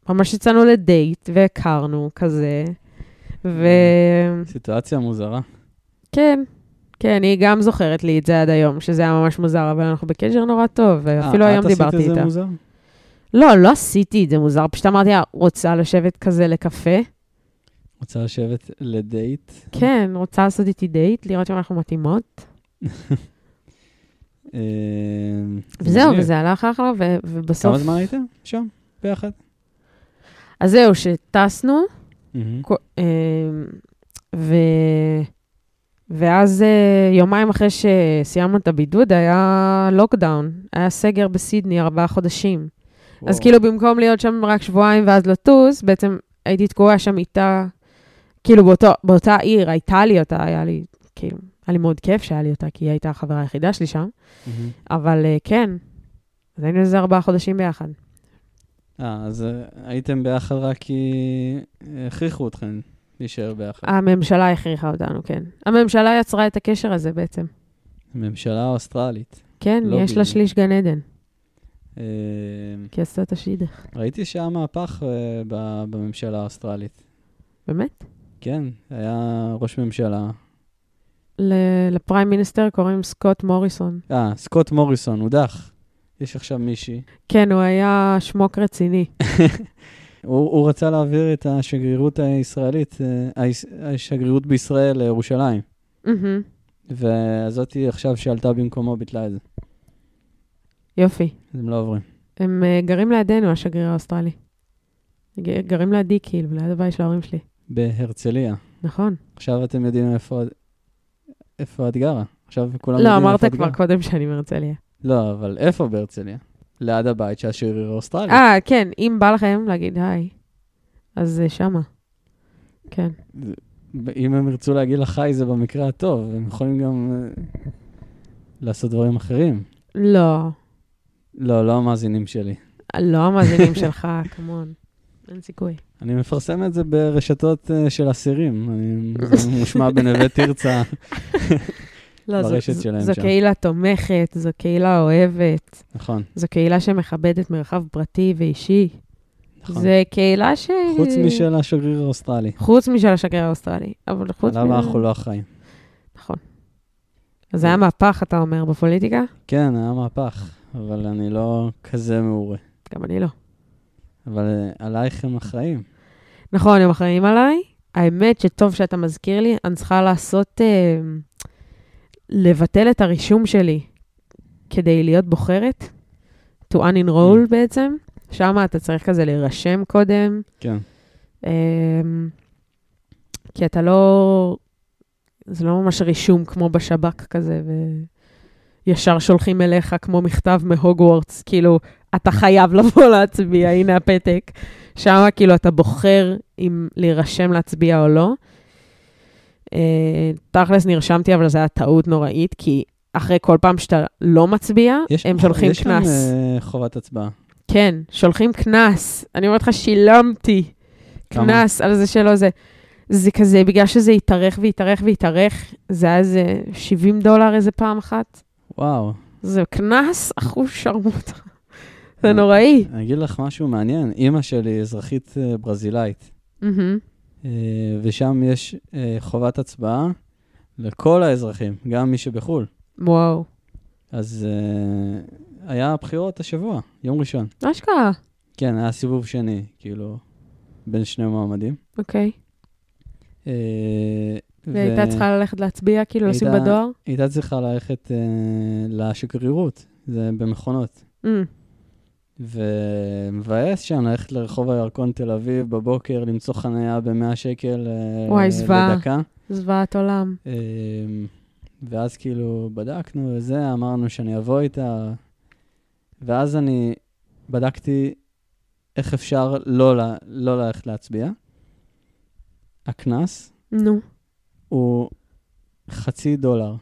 Speaker 2: ממש יצאנו לדייט, והכרנו כזה, ו...
Speaker 1: סיטואציה מוזרה.
Speaker 2: כן, כן, היא גם זוכרת לי את זה עד היום, שזה היה ממש מוזר, אבל אנחנו בקשר נורא טוב, ואפילו
Speaker 1: אה,
Speaker 2: היום
Speaker 1: את
Speaker 2: דיברתי
Speaker 1: עשית את זה
Speaker 2: איתה.
Speaker 1: מוזר?
Speaker 2: אה, לא, לא עשיתי את זה מוזר, פשוט אמרתי לה, רוצה לשבת כזה לקפה?
Speaker 1: רוצה לשבת לדייט?
Speaker 2: כן, רוצה לעשות איתי דייט, לראות אם אנחנו מתאימות.
Speaker 1: אה,
Speaker 2: וזהו,
Speaker 1: מגניב.
Speaker 2: וזה הלך אחלה, ו- ובסוף...
Speaker 1: כמה זמן הייתם שם? ביחד?
Speaker 2: אז זהו, שטסנו,
Speaker 1: מהמם.
Speaker 2: כו- אה, ו... ואז אה, יומיים אחרי שסיימנו את הבידוד, היה לוקדאון, היה סגר בסידני ארבעה חודשים. אז
Speaker 1: וואו.
Speaker 2: כאילו במקום להיות שם רק שבועיים ואז לטוס, בעצם הייתי תקועה שם איתה, כאילו באותו, באותה עיר, הייתה לי אותה, היה לי, כאילו, היה לי מאוד כיף שהיה לי אותה, כי היא הייתה החברה היחידה שלי שם,
Speaker 1: מהמם.
Speaker 2: אבל אה, כן, אז היינו איזה ארבעה חודשים ביחד.
Speaker 1: אה, אז אה, הייתם ביחד רק כי אה, הכריחו אתכם להישאר ביחד.
Speaker 2: הממשלה הכריחה אותנו, כן. הממשלה יצרה את הקשר הזה בעצם.
Speaker 1: ממשלה אוסטרלית.
Speaker 2: כן,
Speaker 1: לא
Speaker 2: יש לה
Speaker 1: בדיוק.
Speaker 2: שליש גן עדן,
Speaker 1: אה,
Speaker 2: כי עשתה את השידך.
Speaker 1: ראיתי שהיה מהפך אה, ב- בממשלה האוסטרלית.
Speaker 2: באמת?
Speaker 1: כן, היה ראש ממשלה.
Speaker 2: ל- לפריים מיניסטר קוראים סקוט מוריסון.
Speaker 1: אה, סקוט מוריסון, הודח. יש עכשיו מישהי.
Speaker 2: כן, הוא היה שמוק רציני.
Speaker 1: הוא, הוא רצה להעביר את השגרירות הישראלית, אה, היש- השגרירות בישראל לירושלים.
Speaker 2: מהמם.
Speaker 1: והזאתי עכשיו שעלתה במקומו ביטלה את זה.
Speaker 2: יופי.
Speaker 1: אז הם לא עוברים.
Speaker 2: הם אה, גרים לידינו, השגריר האוסטרלי. ג- גרים לידי, כאילו, ליד הבית של ההורים שלי.
Speaker 1: בהרצליה.
Speaker 2: נכון.
Speaker 1: עכשיו אתם יודעים איפה, איפה את גרה. עכשיו כולם
Speaker 2: לא,
Speaker 1: יודעים
Speaker 2: אמרת
Speaker 1: איפה את
Speaker 2: כבר
Speaker 1: גרה.
Speaker 2: קודם שאני מהרצליה.
Speaker 1: לא, אבל איפה בהרצליה? ליד הבית של השגריר האוסטרלי.
Speaker 2: אה, כן, אם בא לכם להגיד היי, אז זה שמה. כן.
Speaker 1: אם הם ירצו להגיד לך היי זה במקרה הטוב, הם יכולים גם אה, לעשות דברים אחרים.
Speaker 2: לא,
Speaker 1: לא, לא המאזינים שלי.
Speaker 2: לא המאזינים שלך, כמון. אין סיכוי.
Speaker 1: אני מפרסם את זה ברשתות אה, של אסירים. אני זה מושמע בנווה תרצה.
Speaker 2: לא, זו-
Speaker 1: ברשת
Speaker 2: זו-
Speaker 1: שלהם
Speaker 2: זו
Speaker 1: שם.
Speaker 2: קהילה תומכת, זו קהילה אוהבת,
Speaker 1: נכון,
Speaker 2: זו קהילה שמכבדת מרחב פרטי ואישי.
Speaker 1: נכון.
Speaker 2: זו קהילה ש...
Speaker 1: חוץ משל השגריר האוסטרלי.
Speaker 2: חוץ משל השגריר האוסטרלי. אבל חוץ
Speaker 1: עליו
Speaker 2: מ...
Speaker 1: אנחנו לא אחראים.
Speaker 2: נכון. אז זה היה מהפך, אתה אומר, בפוליטיקה?
Speaker 1: כן, היה מהפך, אבל אני לא כזה מעורה.
Speaker 2: גם אני לא.
Speaker 1: אבל אה, עלייך הם אחראים.
Speaker 2: נכון, הם אחראים עליי. האמת שטוב שאתה מזכיר לי, אני צריכה לעשות... אה, לבטל את הרישום שלי כדי להיות בוחרת, to unenroll בעצם. שם אתה צריך כזה להירשם קודם,
Speaker 1: כן.
Speaker 2: אה, כי אתה לא... זה לא ממש רישום כמו בשב"כ כזה, וישר שולחים אליך כמו מכתב מהוגוורטס, כאילו, אתה חייב לבוא להצביע, הנה הפתק. שם כאילו אתה בוחר אם להירשם להצביע או לא. אה, תכלס נרשמתי, אבל זו הייתה טעות נוראית, כי אחרי כל פעם שאתה לא מצביע, הם שולחים
Speaker 1: יש
Speaker 2: קנס.
Speaker 1: יש שם אה, חובת הצבעה.
Speaker 2: כן, שולחים קנס. אני אומרת לך, שילמתי
Speaker 1: כמה?
Speaker 2: קנס על זה שלא זה. זה כזה, בגלל שזה התארך והתארך והתארך, זה היה איזה 70 דולר איזה פעם אחת.
Speaker 1: וואו.
Speaker 2: זה קנס אחוז שרמוטה.
Speaker 1: אה.
Speaker 2: זה נוראי.
Speaker 1: אני אגיד לך משהו מעניין. אימא שלי אזרחית אה, ברזילאית,
Speaker 2: מהמם.
Speaker 1: אה, ושם יש אה, חובת הצבעה לכל האזרחים, גם מי שבחו"ל.
Speaker 2: וואו,
Speaker 1: אז אה, היה בחירות השבוע, יום ראשון.
Speaker 2: אשכרה.
Speaker 1: כן, היה סיבוב שני, כאילו, בין שני מועמדים.
Speaker 2: אוקיי.
Speaker 1: אה, ו-
Speaker 2: והייתה צריכה ללכת להצביע, כאילו לשים
Speaker 1: הייתה-
Speaker 2: בדואר?
Speaker 1: היא הייתה צריכה ללכת אה, לשגרירות, זה במכונות.
Speaker 2: אמ,
Speaker 1: ומבאס שם ללכת לרחוב הירקון תל אביב בבוקר, למצוא חניה ב-100 שקל אה,
Speaker 2: וואי, זוועה.
Speaker 1: לדקה.
Speaker 2: זוועת עולם.
Speaker 1: אה, ואז כאילו בדקנו וזה, אמרנו שאני אבוא איתה. ואז אני בדקתי איך אפשר לא, ל- לא ללכת להצביע. הקנס
Speaker 2: נו,
Speaker 1: הוא חצי דולר.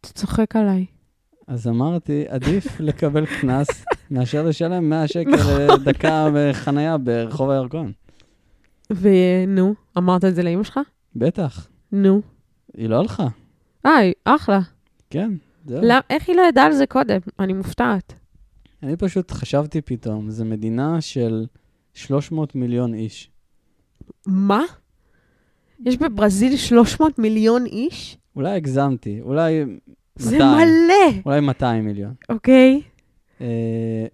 Speaker 2: אתה צוחק עליי.
Speaker 1: אז אמרתי, עדיף לקבל קנס מאשר לשלם 100 שקל
Speaker 2: נכון.
Speaker 1: לדקה בחנייה ברחוב הירקון.
Speaker 2: ונו, אמרת את זה לאמא שלך?
Speaker 1: בטח,
Speaker 2: נו.
Speaker 1: היא לא הלכה,
Speaker 2: אה, אחלה.
Speaker 1: כן. זהו.
Speaker 2: למ- איך היא לא ידעה על זה קודם? אני מופתעת.
Speaker 1: אני פשוט חשבתי פתאום, זו מדינה של 300 מיליון איש.
Speaker 2: מה? יש בברזיל 300 מיליון איש?
Speaker 1: אולי הגזמתי, אולי 200.
Speaker 2: זה מלא!
Speaker 1: אולי 200 מיליון.
Speaker 2: אוקיי.
Speaker 1: אה,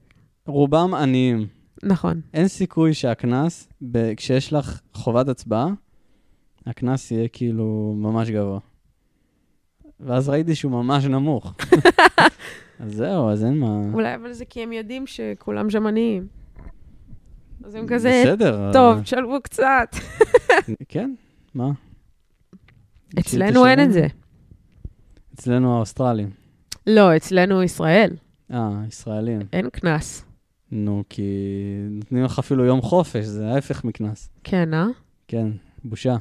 Speaker 1: רובם עניים.
Speaker 2: נכון.
Speaker 1: אין סיכוי שהקנס, ב- כשיש לך חובת הצבעה, הקנס יהיה כאילו ממש גבוה. ואז ראיתי שהוא ממש נמוך. אז זהו, אז אין מה...
Speaker 2: אולי אבל זה כי הם יודעים שכולם שם עניים. אז הם כזה,
Speaker 1: בסדר.
Speaker 2: טוב, תשלמו קצת.
Speaker 1: אה, כן, מה?
Speaker 2: אצלנו אין את זה.
Speaker 1: אצלנו האוסטרלים.
Speaker 2: לא, אצלנו ישראל.
Speaker 1: אה, ישראלים.
Speaker 2: אין קנס.
Speaker 1: נו, כי נותנים לך אפילו יום חופש, זה ההפך מקנס.
Speaker 2: כן, אה?
Speaker 1: כן, בושה.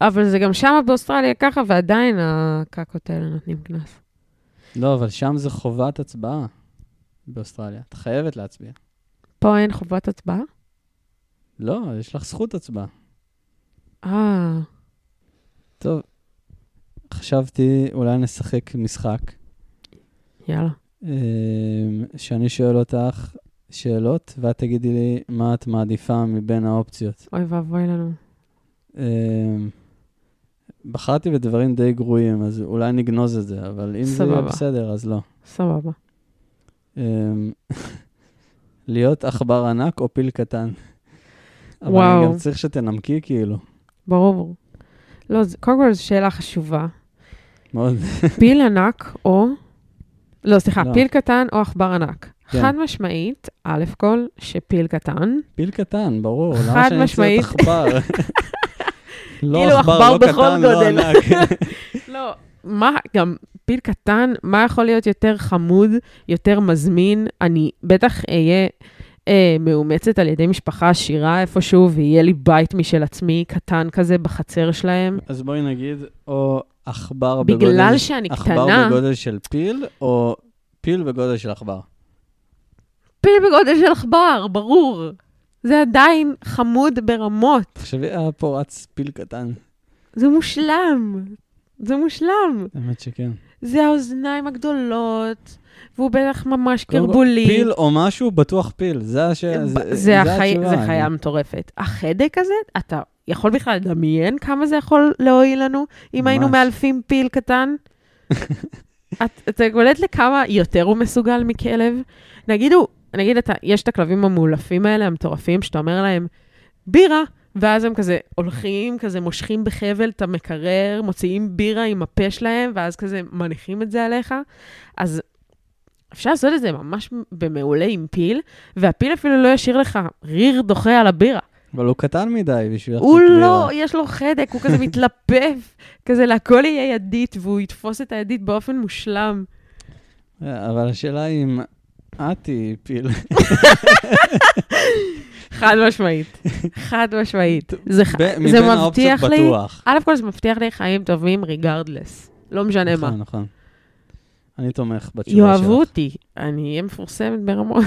Speaker 2: אבל זה גם שמה באוסטרליה ככה, ועדיין הקקות האלה נותנים קנס.
Speaker 1: לא, אבל שם זה חובת הצבעה באוסטרליה. את חייבת להצביע.
Speaker 2: פה אין חובת הצבעה?
Speaker 1: לא, יש לך זכות הצבעה.
Speaker 2: אה,
Speaker 1: טוב, חשבתי אולי נשחק משחק,
Speaker 2: יאללה.
Speaker 1: אמ, שאני שואל אותך שאלות, ואת תגידי לי מה את מעדיפה מבין האופציות.
Speaker 2: אוי ואבוי לנו.
Speaker 1: אמ, בחרתי בדברים די גרועים, אז אולי נגנוז את זה, אבל אם זה יהיה
Speaker 2: סבבה.
Speaker 1: בסדר, אז לא.
Speaker 2: סבבה.
Speaker 1: אמ, להיות עכבר ענק או פיל קטן. אבל אני
Speaker 2: וואו.
Speaker 1: גם צריך שתנמקי, כאילו.
Speaker 2: ברור. לא, זה- קודם כל זו שאלה חשובה.
Speaker 1: מאוד.
Speaker 2: פיל ענק או... לא, סליחה,
Speaker 1: לא.
Speaker 2: פיל קטן או עכבר ענק.
Speaker 1: כן.
Speaker 2: חד משמעית, א' כל, שפיל קטן.
Speaker 1: פיל קטן, ברור. למה
Speaker 2: חד
Speaker 1: שאני רוצה להיות
Speaker 2: משמעית.
Speaker 1: עכבר? לא
Speaker 2: כאילו עכבר
Speaker 1: לא
Speaker 2: בכל
Speaker 1: קטן, לא
Speaker 2: גודל.
Speaker 1: ענק.
Speaker 2: לא, מה, גם פיל קטן, מה יכול להיות יותר חמוד, יותר מזמין? אני בטח אהיה אה, מאומצת על ידי משפחה עשירה איפשהו, ויהיה לי בית משל עצמי, קטן כזה, בחצר שלהם.
Speaker 1: אז בואי נגיד, או עכבר בגודל...
Speaker 2: בגלל שאני
Speaker 1: עכבר
Speaker 2: קטנה,
Speaker 1: בגודל של פיל, או פיל בגודל של עכבר.
Speaker 2: פיל בגודל של עכבר, ברור. זה עדיין חמוד ברמות.
Speaker 1: תחשבי, היה פה רץ פיל קטן.
Speaker 2: זה מושלם. זה מושלם.
Speaker 1: האמת שכן.
Speaker 2: זה האוזניים הגדולות, והוא בטח ממש
Speaker 1: קודם כל,
Speaker 2: קרבולי.
Speaker 1: פיל או משהו, בטוח פיל. זה הש...
Speaker 2: ב-
Speaker 1: זה
Speaker 2: זה, החי...
Speaker 1: התשובה.
Speaker 2: זה חיה מטורפת. החדק הזה, אתה יכול בכלל לדמיין כמה זה יכול להועיל לנו אם
Speaker 1: ממש.
Speaker 2: היינו מאלפים פיל קטן? את- אתה קולט לכמה יותר הוא מסוגל מכלב? נגיד, הוא, נגיד אתה, יש את הכלבים המאולפים האלה, המטורפים, שאתה אומר להם, בירה, ואז הם כזה הולכים, כזה מושכים בחבל את המקרר, מוציאים בירה עם הפה שלהם, ואז כזה מניחים את זה עליך. אז אפשר לעשות את זה ממש במעולה עם פיל, והפיל אפילו לא ישאיר לך ריר דוחה על הבירה.
Speaker 1: אבל הוא קטן מדי בשביל...
Speaker 2: הוא
Speaker 1: להחזיק
Speaker 2: לא,
Speaker 1: בירה.
Speaker 2: יש לו חדק, הוא כזה מתלפף, כזה להכל יהיה ידית, והוא יתפוס את הידית באופן מושלם.
Speaker 1: אבל השאלה היא אם את היא כאילו, פיל.
Speaker 2: חד משמעית. חד משמעית. זה, ח-
Speaker 1: ב-
Speaker 2: זה
Speaker 1: מבין האופציות
Speaker 2: מבטיח לי,
Speaker 1: בטוח.
Speaker 2: א' כל זה מבטיח לי חיים טובים ריגרדלס. לא משנה מה.
Speaker 1: נכון, נכון. אני תומך בתשובה שלך.
Speaker 2: יאהבו אותי, אני אהיה מפורסמת ברמות.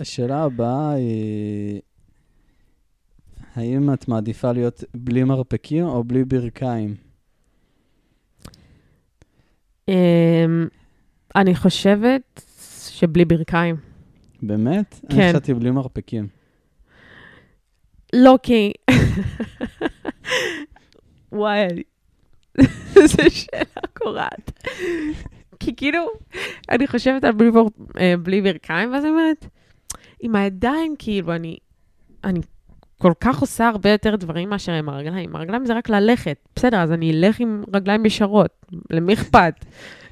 Speaker 1: השאלה הבאה היא, האם את מעדיפה להיות בלי מרפקים או בלי ברכיים?
Speaker 2: אמ, אני חושבת שבלי ברכיים.
Speaker 1: באמת? אני
Speaker 2: כן.
Speaker 1: חשבתי בלי מרפקים.
Speaker 2: לא כי... וואי, זו שאלה קורעת. כי כאילו, אני חושבת על בלי, בור, אה, בלי ברכיים, ואז אני אומרת, עם הידיים, כאילו, אני, אני כל כך עושה הרבה יותר דברים מאשר עם הרגליים. עם הרגליים זה רק ללכת. בסדר, אז אני אלך עם רגליים ישרות, למי אכפת?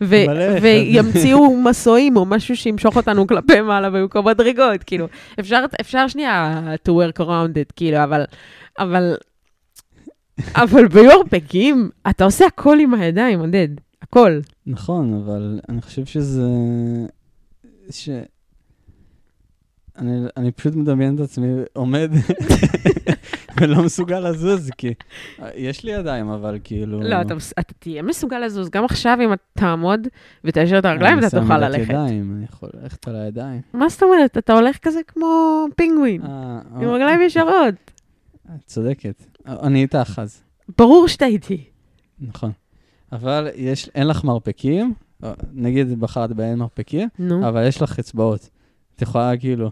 Speaker 2: ו-
Speaker 1: מלא.
Speaker 2: וימציאו מסועים או משהו שימשוך אותנו כלפי מעלה במקום מדרגות, כאילו. אפשר, אפשר שנייה to work around it, כאילו, אבל... אבל... אבל ביורפקים, אתה עושה הכל עם הידיים, עודד. הכל.
Speaker 1: נכון, אבל אני חושב שזה... ש... אני, אני פשוט מדמיין את עצמי עומד ולא מסוגל לזוז, כי יש לי ידיים, אבל כאילו...
Speaker 2: לא, אתה, מס- אתה תהיה מסוגל לזוז. גם עכשיו, אם אתה תעמוד ותיישר את הרגליים,
Speaker 1: אני
Speaker 2: אתה תוכל
Speaker 1: שם רק
Speaker 2: ללכת.
Speaker 1: ידיים, אני יכול ללכת על הידיים.
Speaker 2: מה זאת אומרת? אתה הולך כזה כמו פינגווין,
Speaker 1: אה,
Speaker 2: עם רגליים ישרות.
Speaker 1: את צודקת. אני איתך אז.
Speaker 2: ברור שאתה איתי.
Speaker 1: נכון. אבל יש, אין לך מרפקים, או, נגיד בחרת באין מרפקים,
Speaker 2: נו.
Speaker 1: אבל יש לך אצבעות. את יכולה כאילו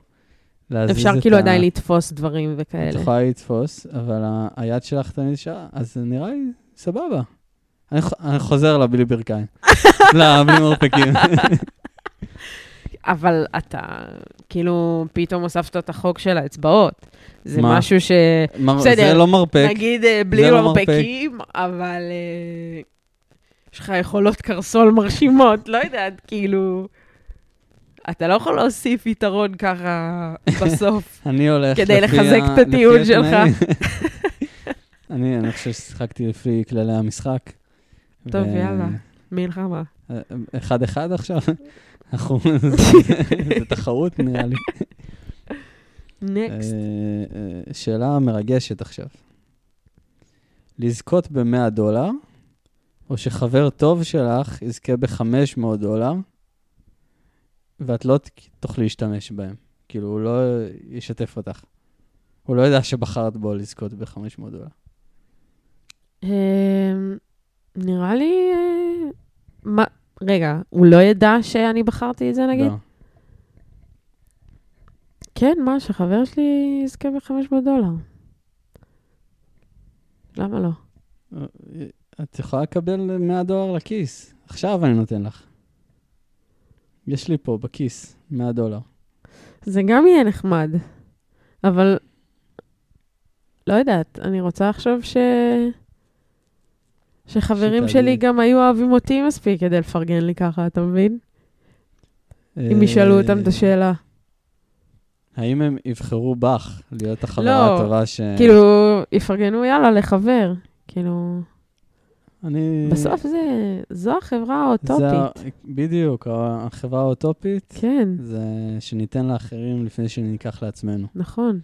Speaker 1: להזיז את
Speaker 2: אפשר כאילו עדיין לתפוס דברים
Speaker 1: את
Speaker 2: וכאלה.
Speaker 1: יכולה לתפוס, אבל ה- היד שלך תמיד נשארה, אז זה נראה לי סבבה. אני, ח- אני חוזר לבלי ברכיים. לא, בלי מרפקים.
Speaker 2: אבל אתה, כאילו, פתאום הוספת את החוק של האצבעות. זה
Speaker 1: מה?
Speaker 2: משהו ש...
Speaker 1: מר-
Speaker 2: בסדר.
Speaker 1: זה לא מרפק.
Speaker 2: נגיד אה, בלי
Speaker 1: זה לא
Speaker 2: מרפקים, אבל אה, יש לך יכולות קרסול מרשימות, לא יודעת, כאילו... אתה לא יכול להוסיף יתרון ככה בסוף.
Speaker 1: אני הולך
Speaker 2: כדי
Speaker 1: לפי
Speaker 2: לחזק
Speaker 1: ה-
Speaker 2: את הטיעון
Speaker 1: לפי התנאים.
Speaker 2: שלך.
Speaker 1: אני אני חושב ששיחקתי לפי כללי המשחק.
Speaker 2: טוב,
Speaker 1: ו- אה,
Speaker 2: יאללה. מלחמה.
Speaker 1: אחד אחד עכשיו? אנחנו... זה תחרות נראה לי.
Speaker 2: נקסט.
Speaker 1: אה, אה, שאלה מרגשת עכשיו. לזכות ב-100 דולר, או שחבר טוב שלך יזכה ב-500 דולר, ואת לא ת- תוכלי להשתמש בהם. כאילו, הוא לא ישתף אותך. הוא לא ידע שבחרת בו לזכות ב-500 דולר.
Speaker 2: אמ, נראה לי... אה, מה... רגע, הוא לא ידע שאני בחרתי את זה, נגיד?
Speaker 1: לא.
Speaker 2: כן, מה, שחבר שלי יזכה ב-500 דולר. למה לא?
Speaker 1: את יכולה לקבל 100 דולר לכיס. עכשיו אני נותן לך. יש לי פה, בכיס, 100 דולר.
Speaker 2: זה גם יהיה נחמד, אבל לא יודעת, אני רוצה עכשיו ש... שחברים
Speaker 1: שתעלי.
Speaker 2: שלי גם היו אוהבים אותי מספיק כדי לפרגן לי ככה, אתה מבין? אם
Speaker 1: אה,
Speaker 2: ישאלו אותם את השאלה.
Speaker 1: האם הם יבחרו בך להיות החברה
Speaker 2: לא,
Speaker 1: הטובה ש...
Speaker 2: כאילו, יפרגנו, יאללה, לחבר. כאילו,
Speaker 1: אני...
Speaker 2: בסוף זה, זו החברה
Speaker 1: זה
Speaker 2: האוטופית.
Speaker 1: ה- בדיוק, ה- החברה האוטופית
Speaker 2: כן,
Speaker 1: זה שניתן לאחרים לפני שניקח לעצמנו.
Speaker 2: נכון.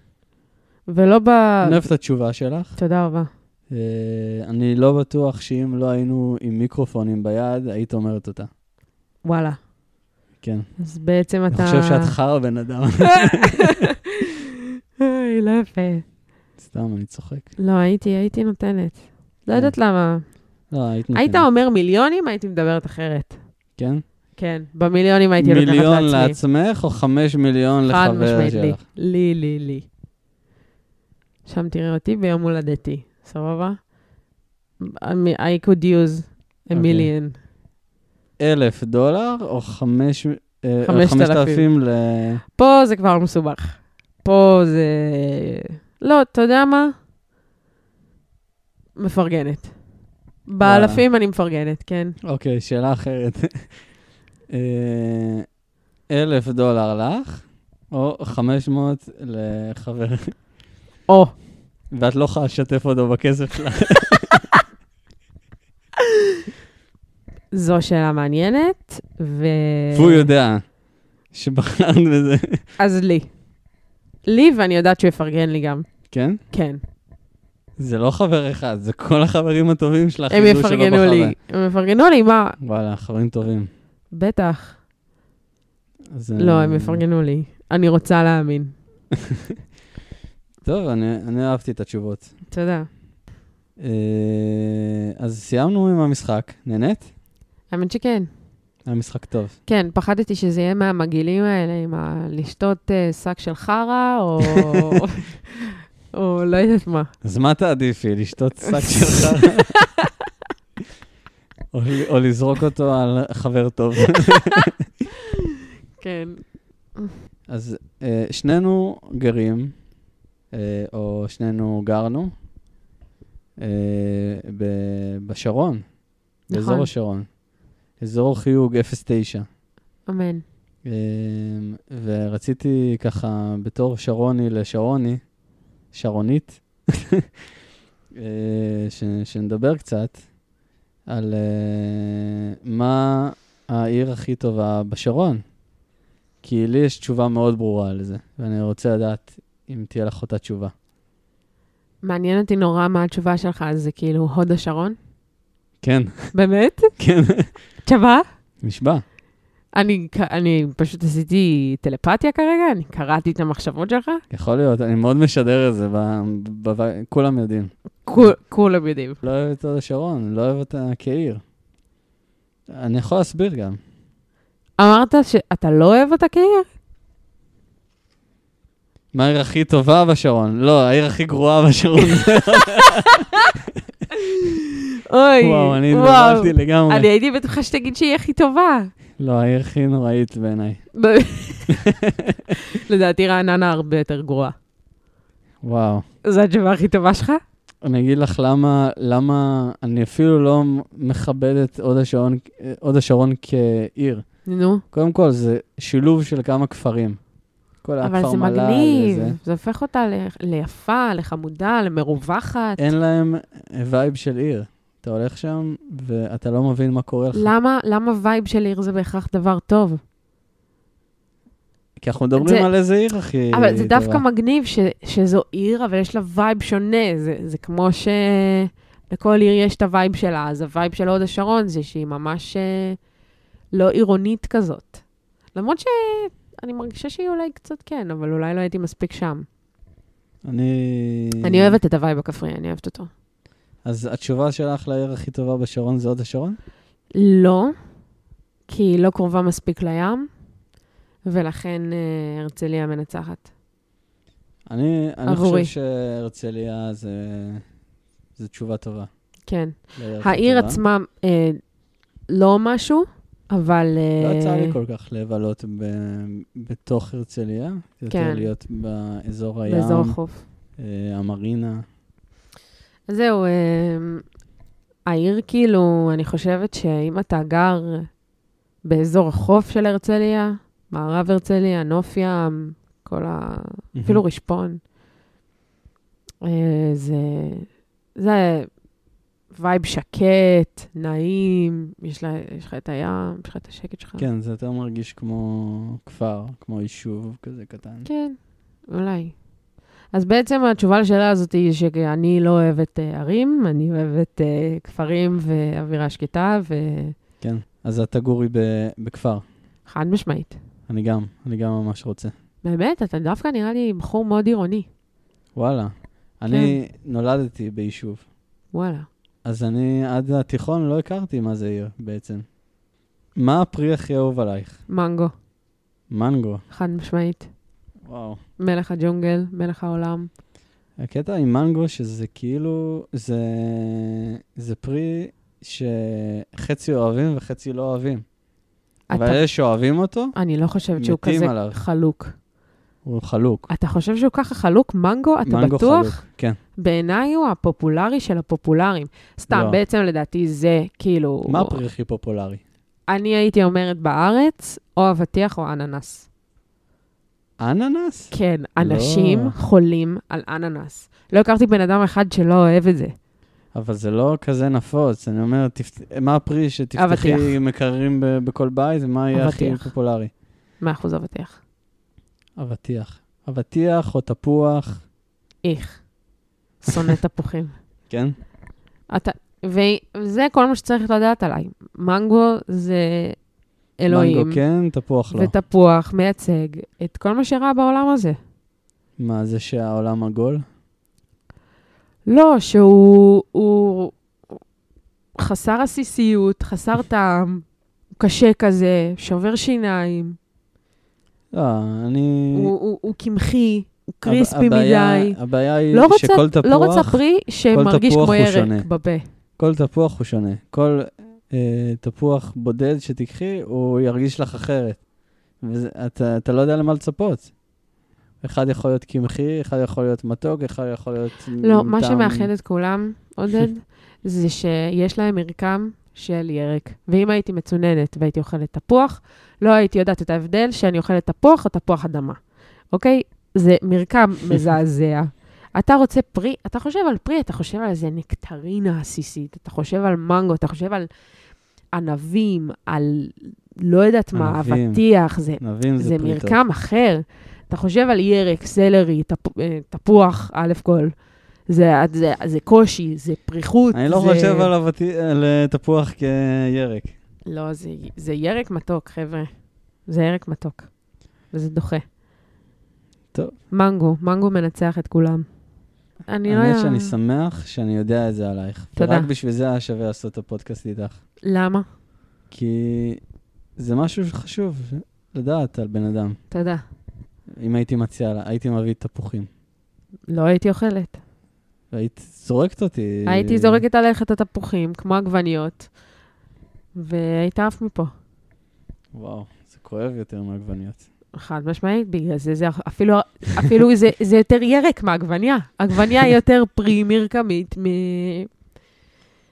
Speaker 2: ולא ב...
Speaker 1: אני אוהב את התשובה שלך.
Speaker 2: תודה רבה.
Speaker 1: אה, אני לא בטוח שאם לא היינו עם מיקרופונים ביד, היית אומרת אותה.
Speaker 2: וואלה.
Speaker 1: כן.
Speaker 2: אז בעצם
Speaker 1: אני
Speaker 2: אתה...
Speaker 1: חושב שאת חרא בן אדם.
Speaker 2: אוי, לא יפה.
Speaker 1: סתם, אני צוחק.
Speaker 2: לא, הייתי, הייתי נותנת. לא יודעת למה.
Speaker 1: לא, היית אה, נותנת.
Speaker 2: היית אומר מיליונים, הייתי מדברת אחרת.
Speaker 1: כן?
Speaker 2: כן, במיליונים הייתי לוקחת לעצמי.
Speaker 1: מיליון לעצמך או חמש מיליון
Speaker 2: חד
Speaker 1: לחבר
Speaker 2: משמעית לי.
Speaker 1: שלך?
Speaker 2: לי, לי, לי. שם תראה אותי ביום הולדתי, סבבה? I'm- I could use a
Speaker 1: אוקיי.
Speaker 2: million.
Speaker 1: אלף דולר או חמש... אה,
Speaker 2: חמשת
Speaker 1: חמשת
Speaker 2: אלפים.
Speaker 1: אלפים ל...
Speaker 2: פה זה כבר מסובך. פה זה... לא, אתה יודע מה? מפרגנת. באלפים אני מפרגנת, כן.
Speaker 1: אוקיי, שאלה אחרת. אה, אלף דולר לך, או חמש מאות לחבר,
Speaker 2: או,
Speaker 1: ואת לא יכולה לשתף אותו בכסף שלך.
Speaker 2: זו שאלה מעניינת, ו...
Speaker 1: והוא יודע שבחרת בזה.
Speaker 2: אז לי. לי, ואני יודעת שהוא יפרגן לי גם.
Speaker 1: כן?
Speaker 2: כן.
Speaker 1: זה לא חבר אחד, זה כל החברים הטובים שלך.
Speaker 2: הם
Speaker 1: ידעו שלא
Speaker 2: יפרגנו
Speaker 1: בחרת.
Speaker 2: לי. הם יפרגנו לי, מה?
Speaker 1: וואלה, חברים טובים.
Speaker 2: בטח.
Speaker 1: אז,
Speaker 2: לא,
Speaker 1: אה,
Speaker 2: הם יפרגנו לי. אני רוצה להאמין.
Speaker 1: טוב, אני אני אהבתי את התשובות.
Speaker 2: תודה.
Speaker 1: אה, אז סיימנו עם המשחק. נהנית?
Speaker 2: האמת שכן.
Speaker 1: היה משחק טוב.
Speaker 2: כן, פחדתי שזה יהיה מהמגעילים האלה, עם ה... לשתות אה, שק של חרא, או... או לא יודעת מה.
Speaker 1: אז מה תעדיפי, לשתות שק שלך? או, או לזרוק אותו על חבר טוב.
Speaker 2: כן.
Speaker 1: אז אה, שנינו גרים, אה, או שנינו גרנו, אה, ב- בשרון, באזור
Speaker 2: נכון.
Speaker 1: השרון. אזור חיוג 09.
Speaker 2: אמן.
Speaker 1: אמ, ורציתי ככה, בתור שרוני לשרוני, שרונית, אה, ש, שנדבר קצת על אה, מה העיר הכי טובה בשרון. כי לי יש תשובה מאוד ברורה על זה, ואני רוצה לדעת אם תהיה לך אותה תשובה.
Speaker 2: מעניין אותי נורא מה התשובה שלך, אז זה כאילו הוד השרון?
Speaker 1: כן,
Speaker 2: באמת?
Speaker 1: כן,
Speaker 2: תשובה?
Speaker 1: נשבע.
Speaker 2: אני, ק- אני פשוט עשיתי טלפתיה כרגע, אני קראתי את המחשבות שלך.
Speaker 1: יכול להיות, אני מאוד משדר את זה, ב- ב- ב- כולם יודעים.
Speaker 2: כול- כולם יודעים.
Speaker 1: לא אוהב את הוד השרון, לא אוהב אותה כעיר. אני יכול להסביר גם.
Speaker 2: אמרת שאתה לא אוהב אותה כעיר?
Speaker 1: מה העיר הכי טובה בשרון? לא, העיר הכי גרועה בשרון.
Speaker 2: אוי,
Speaker 1: וואו, אני התבלבלתי לגמרי.
Speaker 2: אני הייתי בטוחה שתגיד שהיא הכי טובה.
Speaker 1: לא, העיר הכי נוראית בעיניי.
Speaker 2: לדעתי רעננה הרבה יותר גרועה.
Speaker 1: וואו.
Speaker 2: זו התשובה הכי טובה שלך?
Speaker 1: אני אגיד לך למה, למה אני אפילו לא מכבד את הוד השרון, הוד השרון כעיר.
Speaker 2: נו.
Speaker 1: קודם כל, זה שילוב של כמה כפרים. כל
Speaker 2: אבל
Speaker 1: הכפר
Speaker 2: זה
Speaker 1: מל"ל
Speaker 2: מגניב,
Speaker 1: וזה.
Speaker 2: זה הופך אותה ל- ליפה, לחמודה, למרווחת.
Speaker 1: אין להם וייב של עיר. אתה הולך שם, ואתה לא מבין מה קורה לך.
Speaker 2: למה, למה וייב של עיר זה בהכרח דבר טוב?
Speaker 1: כי אנחנו מדברים
Speaker 2: זה-
Speaker 1: על איזה עיר הכי
Speaker 2: אבל זה
Speaker 1: אה, טובה.
Speaker 2: דווקא מגניב ש, שזו עיר, אבל יש לה וייב שונה. זה, זה כמו שלכל עיר יש את הווייב שלה, אז הווייב של הוד השרון זה שהיא ממש אה, לא עירונית כזאת. למרות שאני מרגישה שהיא אולי קצת כן, אבל אולי לא הייתי מספיק שם.
Speaker 1: אני...
Speaker 2: אני אוהבת את הווייב הכפרי, אני אוהבת אותו.
Speaker 1: אז התשובה שלך לעיר הכי טובה בשרון זה הוד השרון?
Speaker 2: לא, כי היא לא קרובה מספיק לים, ולכן אה, הרצליה מנצחת.
Speaker 1: אני, אני
Speaker 2: עבורי.
Speaker 1: חושב שהרצליה זה, זה תשובה טובה.
Speaker 2: כן.
Speaker 1: לעיר הכי
Speaker 2: העיר
Speaker 1: טובה.
Speaker 2: עצמה אה, לא משהו, אבל...
Speaker 1: לא יצא
Speaker 2: אה,
Speaker 1: לי כל כך לבלות ב, בתוך הרצליה, יותר
Speaker 2: כן.
Speaker 1: להיות באזור הים,
Speaker 2: באזור החוף.
Speaker 1: אה, המרינה.
Speaker 2: אז זהו, אמ, העיר כאילו, אני חושבת שאם אתה גר באזור החוף של הרצליה, מערב הרצליה, נוף ים, כל ה...
Speaker 1: Mm-hmm.
Speaker 2: אפילו רשפון, אה, זה... זה וייב שקט, נעים, יש לה- יש לך את הים, יש לך את השקט שלך.
Speaker 1: כן, זה יותר מרגיש כמו כפר, כמו יישוב כזה קטן.
Speaker 2: כן, אולי. אז בעצם התשובה לשאלה הזאת היא שאני לא אוהבת אה, ערים, אני אוהבת אה, כפרים ואווירה שקטה, וחד
Speaker 1: כן. אז את תגורי ב- בכפר.
Speaker 2: משמעית.
Speaker 1: אני גם, אני גם ממש רוצה.
Speaker 2: באמת, אתה דווקא נראה לי בחור מאוד עירוני.
Speaker 1: וואלה.
Speaker 2: כן.
Speaker 1: אני נולדתי ביישוב,
Speaker 2: וואלה.
Speaker 1: אז אני עד התיכון לא הכרתי מה זה עיר בעצם. מה הפרי הכי אהוב עלייך?
Speaker 2: מנגו,
Speaker 1: מנגו.
Speaker 2: חד משמעית.
Speaker 1: וואו.
Speaker 2: מלך הג'ונגל, מלך העולם.
Speaker 1: הקטע עם מנגו, שזה כאילו, זה, זה פרי שחצי אוהבים וחצי לא אוהבים. אבל
Speaker 2: אתה-
Speaker 1: אלה שאוהבים אותו,
Speaker 2: אני לא חושבת שהוא
Speaker 1: מתים
Speaker 2: כזה
Speaker 1: עליו.
Speaker 2: חלוק.
Speaker 1: הוא חלוק.
Speaker 2: אתה חושב שהוא ככה חלוק? מנגו, אתה
Speaker 1: מנגו
Speaker 2: בטוח?
Speaker 1: חלוק, כן.
Speaker 2: בעיניי הוא הפופולרי של הפופולריים. סתם,
Speaker 1: לא.
Speaker 2: בעצם לדעתי זה כאילו...
Speaker 1: מה הפרי הכי פופולרי?
Speaker 2: אני הייתי אומרת בארץ, או אבטיח או אננס.
Speaker 1: אננס?
Speaker 2: כן, אנשים
Speaker 1: לא.
Speaker 2: חולים על אננס. לא הכרתי בן אדם אחד שלא אוהב את זה.
Speaker 1: אבל זה לא כזה נפוץ. אני אומר, תפת... מה הפרי שתפתחי
Speaker 2: אבטיח.
Speaker 1: מקררים ב- בכל בית, ומה יהיה הכי
Speaker 2: אבטיח.
Speaker 1: פופולרי?
Speaker 2: מאה אחוז אבטיח.
Speaker 1: אבטיח. אבטיח או תפוח,
Speaker 2: איך. שונא תפוחים.
Speaker 1: כן?
Speaker 2: אתה... וזה כל מה שצריך לדעת עליי. מנגו זה אלוהים.
Speaker 1: מנגו כן, תפוח לא.
Speaker 2: ותפוח מייצג את כל מה שרע בעולם הזה.
Speaker 1: מה, זה שהעולם עגול?
Speaker 2: לא, שהוא הוא חסר עסיסיות, חסר טעם, הוא קשה כזה, שובר שיניים,
Speaker 1: לא, אני...
Speaker 2: הוא- הוא הוא קמחי, הוא קריספי
Speaker 1: הבעיה-
Speaker 2: מדי.
Speaker 1: הבעיה היא
Speaker 2: לא רוצה,
Speaker 1: שכל תפוח,
Speaker 2: לא רוצה פרי שמרגיש
Speaker 1: תפוח
Speaker 2: כמו
Speaker 1: הוא
Speaker 2: ירק
Speaker 1: שונה.
Speaker 2: בפה.
Speaker 1: כל תפוח הוא שונה. כל אה, תפוח בודד שתיקחי, הוא ירגיש לך אחרת. ואתה אתה לא יודע למה לצפות. אחד יכול להיות קמחי, אחד יכול להיות מתוק, אחד יכול להיות...
Speaker 2: לא,
Speaker 1: עם
Speaker 2: מה
Speaker 1: טעם-
Speaker 2: שמאחד את כולם, עודד, זה שיש להם מרקם של ירק. ואם הייתי מצוננת והייתי אוכלת תפוח, לא הייתי יודעת את ההבדל שאני אוכלת תפוח או תפוח אדמה, אוקיי? זה מרקם מזעזע. אתה רוצה פרי, אתה חושב על פרי, אתה חושב על איזה נקטרינה עסיסית, אתה חושב על מנגו, אתה חושב על ענבים, על לא יודעת מה,
Speaker 1: ענבים.
Speaker 2: אבטיח, זה
Speaker 1: נבין, זה,
Speaker 2: זה
Speaker 1: פרי טוב.
Speaker 2: מרקם אחר. אתה חושב על ירק, סלרי, טפ- אה, תפוח, א' כל. זה, זה, זה קושי, זה פריחות.
Speaker 1: אני לא
Speaker 2: זה...
Speaker 1: חושב על, הבטי... על אה, תפוח כירק.
Speaker 2: לא, זה, זה ירק מתוק, חבר'ה. זה ירק מתוק. וזה דוחה.
Speaker 1: טוב.
Speaker 2: מנגו, מנגו מנצח את כולם. אני לא...
Speaker 1: האמת
Speaker 2: יודע-
Speaker 1: שאני שמח שאני יודע את זה עלייך.
Speaker 2: תודה.
Speaker 1: ורק בשביל זה היה שווה לעשות את הפודקאסט איתך.
Speaker 2: למה?
Speaker 1: כי זה משהו שחשוב לדעת על בן אדם.
Speaker 2: תודה.
Speaker 1: אם הייתי מציע לה, הייתי מביא תפוחים.
Speaker 2: לא הייתי אוכלת.
Speaker 1: והיית זורקת אותי.
Speaker 2: הייתי זורקת עליך את התפוחים, כמו עגבניות, והיית עף מפה.
Speaker 1: וואו, זה כואב יותר מעגבניות.
Speaker 2: חד משמעית, בגלל זה זה אפילו, אפילו זה, זה יותר ירק מעגבניה. עגבניה היא יותר פרי מרקמית מ...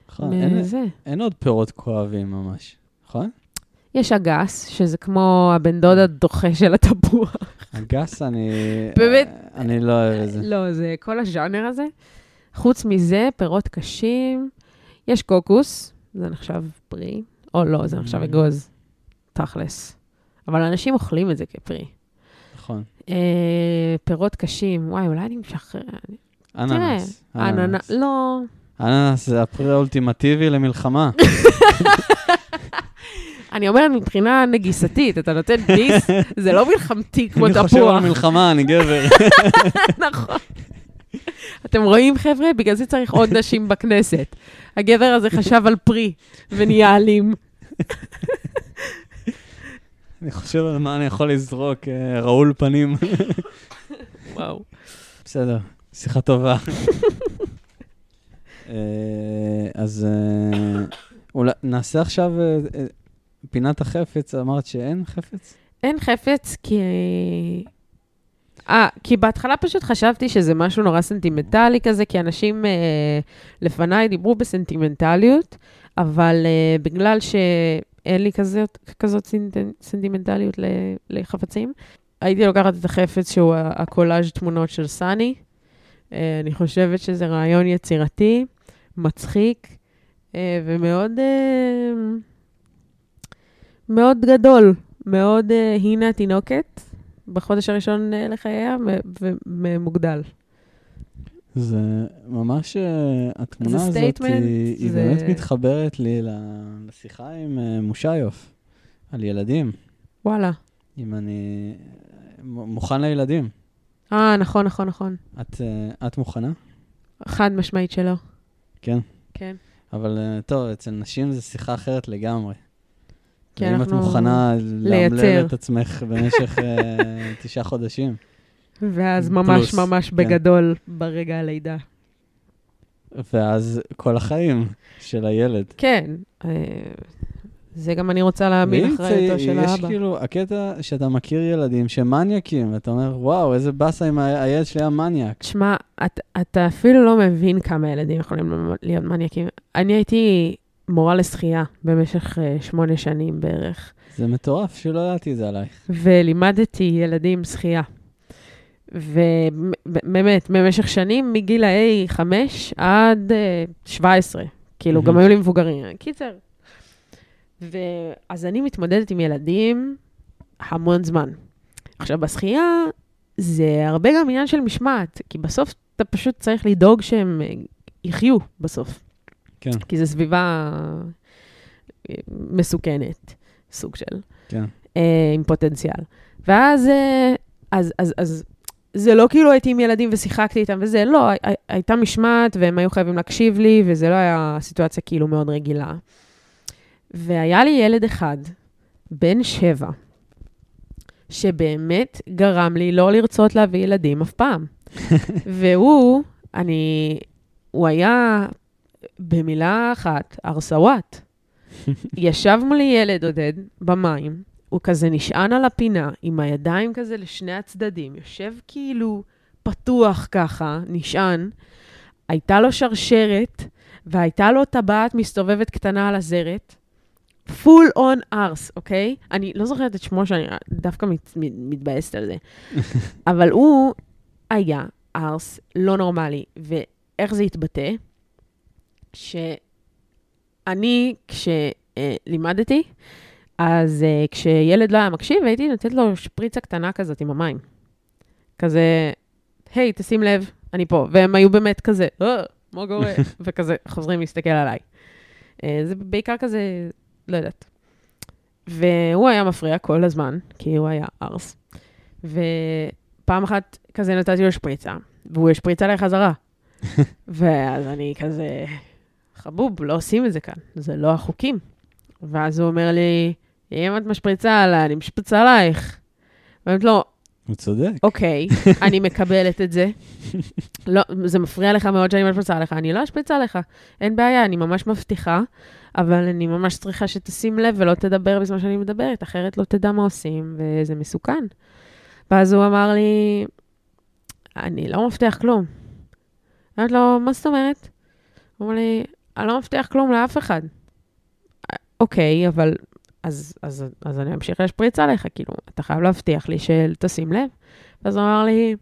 Speaker 1: נכון, אין-
Speaker 2: מזה.
Speaker 1: אין עוד פירות כואבים ממש, נכון?
Speaker 2: יש אגס, שזה כמו הבן דוד הדוחה של התפוח.
Speaker 1: הגס, אני...
Speaker 2: באמת?
Speaker 1: אני לא אוהב את זה.
Speaker 2: לא, זה כל הז'אנר הזה. חוץ מזה, פירות קשים, יש קוקוס, זה נחשב פרי, או לא, זה נחשב אגוז, תכלס. אבל אנשים אוכלים את זה כפרי.
Speaker 1: נכון.
Speaker 2: אה, פירות קשים, וואי, אולי אני משחררת.
Speaker 1: אננס.
Speaker 2: אננס, לא.
Speaker 1: אננס זה הפרי האולטימטיבי למלחמה.
Speaker 2: אני אומרת מבחינה נגיסתית, אתה נותן ביס, זה לא מלחמתי כמו
Speaker 1: אני חושב
Speaker 2: תפוח.
Speaker 1: על מלחמה, אני גבר.
Speaker 2: נכון. אתם רואים, חבר'ה? בגלל זה צריך עוד נשים בכנסת. הגבר הזה חשב על פרי ונהיה אלים.
Speaker 1: אני חושב על מה אני יכול לזרוק, אה, רעול פנים.
Speaker 2: וואו.
Speaker 1: בסדר, שיחה טובה. אה, אז אה, אולי נעשה עכשיו אה, אה, פינת החפץ, אמרת שאין חפץ?
Speaker 2: אין חפץ כי... אה, כי בהתחלה פשוט חשבתי שזה משהו נורא סנטימנטלי כזה, כי אנשים אה, לפניי דיברו בסנטימנטליות, אבל אה, בגלל שאין לי כזאת, כזאת סינט- סנטימנטליות ל, לחפצים, הייתי לוקחת את החפץ שהוא ה- הקולאז' תמונות של סאני. אה, אני חושבת שזה רעיון יצירתי, מצחיק, אה, ומאוד אה, מאוד גדול. מאוד אה, הינה תינוקת בחודש הראשון אה, לחייה ומוגדל.
Speaker 1: זה ממש, אה, התמונה
Speaker 2: זה
Speaker 1: הזאת,
Speaker 2: statement,
Speaker 1: היא היא
Speaker 2: זה-
Speaker 1: באמת מתחברת לי ל- לשיחה עם אה, מושיוף, על ילדים,
Speaker 2: וואלה.
Speaker 1: אם אני אה, מ- מוכן לילדים.
Speaker 2: אה, נכון, נכון, נכון.
Speaker 1: את, אה, את מוכנה?
Speaker 2: חד משמעית שלא.
Speaker 1: כן.
Speaker 2: כן.
Speaker 1: אבל אה, טוב, אצל נשים זו שיחה אחרת לגמרי.
Speaker 2: כי
Speaker 1: ואם את
Speaker 2: אנחנו-
Speaker 1: מוכנה לאמלל
Speaker 2: לייצר.
Speaker 1: את עצמך במשך אה, תשעה חודשים.
Speaker 2: ואז
Speaker 1: פלוס,
Speaker 2: ממש ממש
Speaker 1: כן.
Speaker 2: בגדול ברגע הלידה.
Speaker 1: ואז כל החיים של הילד.
Speaker 2: כן. אה, זה גם אני רוצה להאמין
Speaker 1: ואם
Speaker 2: אחריותו
Speaker 1: צעיר-
Speaker 2: של
Speaker 1: יש
Speaker 2: האבא.
Speaker 1: כאילו, הקטע שאתה מכיר ילדים שהם מניאקים, ואתה אומר, וואו, איזה באסה אם ה- הילד שלי היה מניאק.
Speaker 2: תשמע, את- אתה אפילו לא מבין כמה ילדים יכולים להיות מניאקים. אני הייתי מורה לשחייה במשך אה, שמונה שנים בערך.
Speaker 1: זה מטורף שלא ידעתי את זה עלייך.
Speaker 2: ולימדתי ילדים שחייה. ובאמת, במשך שנים, מגיל ה-A5 עד אה, 17, כאילו, גם
Speaker 1: מהמם.
Speaker 2: היו לי מבוגרים. קיצר. ואז אני מתמודדת עם ילדים המון זמן. עכשיו, בשחייה זה הרבה גם עניין של משמעת, כי בסוף אתה פשוט צריך לדאוג שהם אה, יחיו בסוף.
Speaker 1: כן.
Speaker 2: כי זו סביבה אה, מסוכנת, סוג של.
Speaker 1: כן.
Speaker 2: אה, עם פוטנציאל. ואז, אה, אז, אז, אז זה לא כאילו הייתי עם ילדים ושיחקתי איתם וזה, לא, הי- הייתה משמעת והם היו חייבים להקשיב לי, וזה לא היה סיטואציה כאילו מאוד רגילה. והיה לי ילד אחד, בן שבע, שבאמת גרם לי לא לרצות להביא ילדים אף פעם. והוא, אני, הוא היה, במילה אחת, ארסוואט. ישב מולי ילד, עודד, במים, הוא כזה נשען על הפינה, עם הידיים כזה לשני הצדדים, יושב כאילו פתוח ככה, נשען. הייתה לו שרשרת, והייתה לו טבעת מסתובבת קטנה על הזרת. פול און ארס, אוקיי? אני לא זוכרת את שמו שאני דווקא מת, מת, מתבאסת על זה. אבל הוא היה ארס לא נורמלי, ואיך זה התבטא? שאני, אה, כשלימדתי, אז אה, כשילד לא היה מקשיב, הייתי נותנת לו שפריצה קטנה כזאת עם המים. כזה, היי, תשים לב, אני פה. והם היו באמת כזה, "אה, מה קורה? וכזה, חוזרים להסתכל עליי. אה, זה בעיקר כזה, לא יודעת. והוא היה מפריע כל הזמן, כי הוא היה ארס. ופעם אחת כזה נתתי לו שפריצה, והוא השפריץ עליי חזרה. ואז אני כזה, חבוב, לא עושים את זה כאן, זה לא החוקים. ואז הוא אומר לי, אם את משפריצה עליי, אני משפריצה עלייך. ואני אומרת לו,
Speaker 1: הוא צודק.
Speaker 2: אוקיי, אני מקבלת את זה. לא, זה מפריע לך מאוד שאני משפצה לך. אני לא אשפצה לך, אין בעיה, אני ממש מבטיחה, אבל אני ממש צריכה שתשים לב ולא תדבר בזמן שאני מדברת, אחרת לא תדע מה עושים, וזה מסוכן. ואז הוא אמר לי, אני לא מבטיח כלום. אמרתי לו, מה זאת אומרת? הוא אמר לי, אני לא מבטיח כלום לאף אחד. אוקיי, אבל אז, אז, אז אני אמשיך להשפריץ עליך, כאילו, אתה חייב להבטיח לי שתשים לב. ואז הוא אמר לי,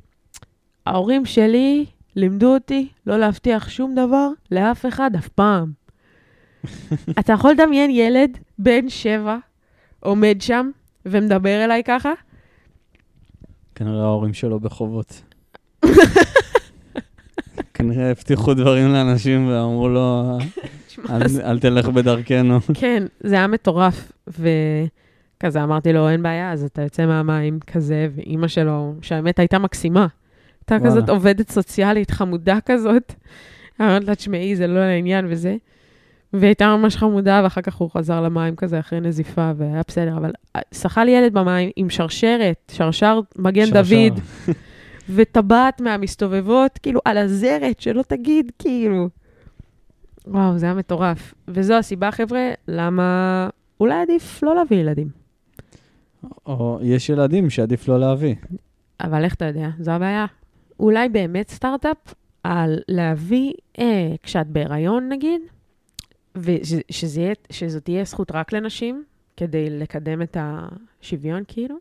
Speaker 2: ההורים שלי לימדו אותי לא להבטיח שום דבר לאף אחד אף פעם. אתה יכול לדמיין ילד בן שבע עומד שם ומדבר אליי ככה?
Speaker 1: כנראה ההורים שלו בחובות. כנראה הבטיחו דברים לאנשים ואמרו לו, "אל- אל תלך בדרכנו.
Speaker 2: כן, זה היה מטורף, וכזה אמרתי לו, אין בעיה, אז אתה יוצא מהמים כזה, ואימא שלו, שהאמת הייתה מקסימה. הייתה
Speaker 1: וואלה.
Speaker 2: כזאת עובדת סוציאלית חמודה כזאת. אמרתי לה, תשמעי, זה לא לעניין וזה. והיא הייתה ממש חמודה, ואחר כך הוא חזר למים כזה אחרי נזיפה, והיה בסדר, אבל אה, שחה לי ילד במים עם שרשרת, שרשר מגן
Speaker 1: שרשר.
Speaker 2: כן, דוד, וטבעת מהמסתובבות, כאילו, על הזרת, שלא תגיד, כאילו. וואו, זה היה מטורף. וזו הסיבה, חבר'ה, למה אולי עדיף לא להביא ילדים.
Speaker 1: או יש ילדים שעדיף לא להביא.
Speaker 2: אבל איך אתה יודע? זו הבעיה. אולי באמת סטארט-אפ על להביא, אה, כשאת בהיריון נגיד, ושזאת יהיה, שזו תהיה זכות רק לנשים, כדי לקדם את השוויון כאילו,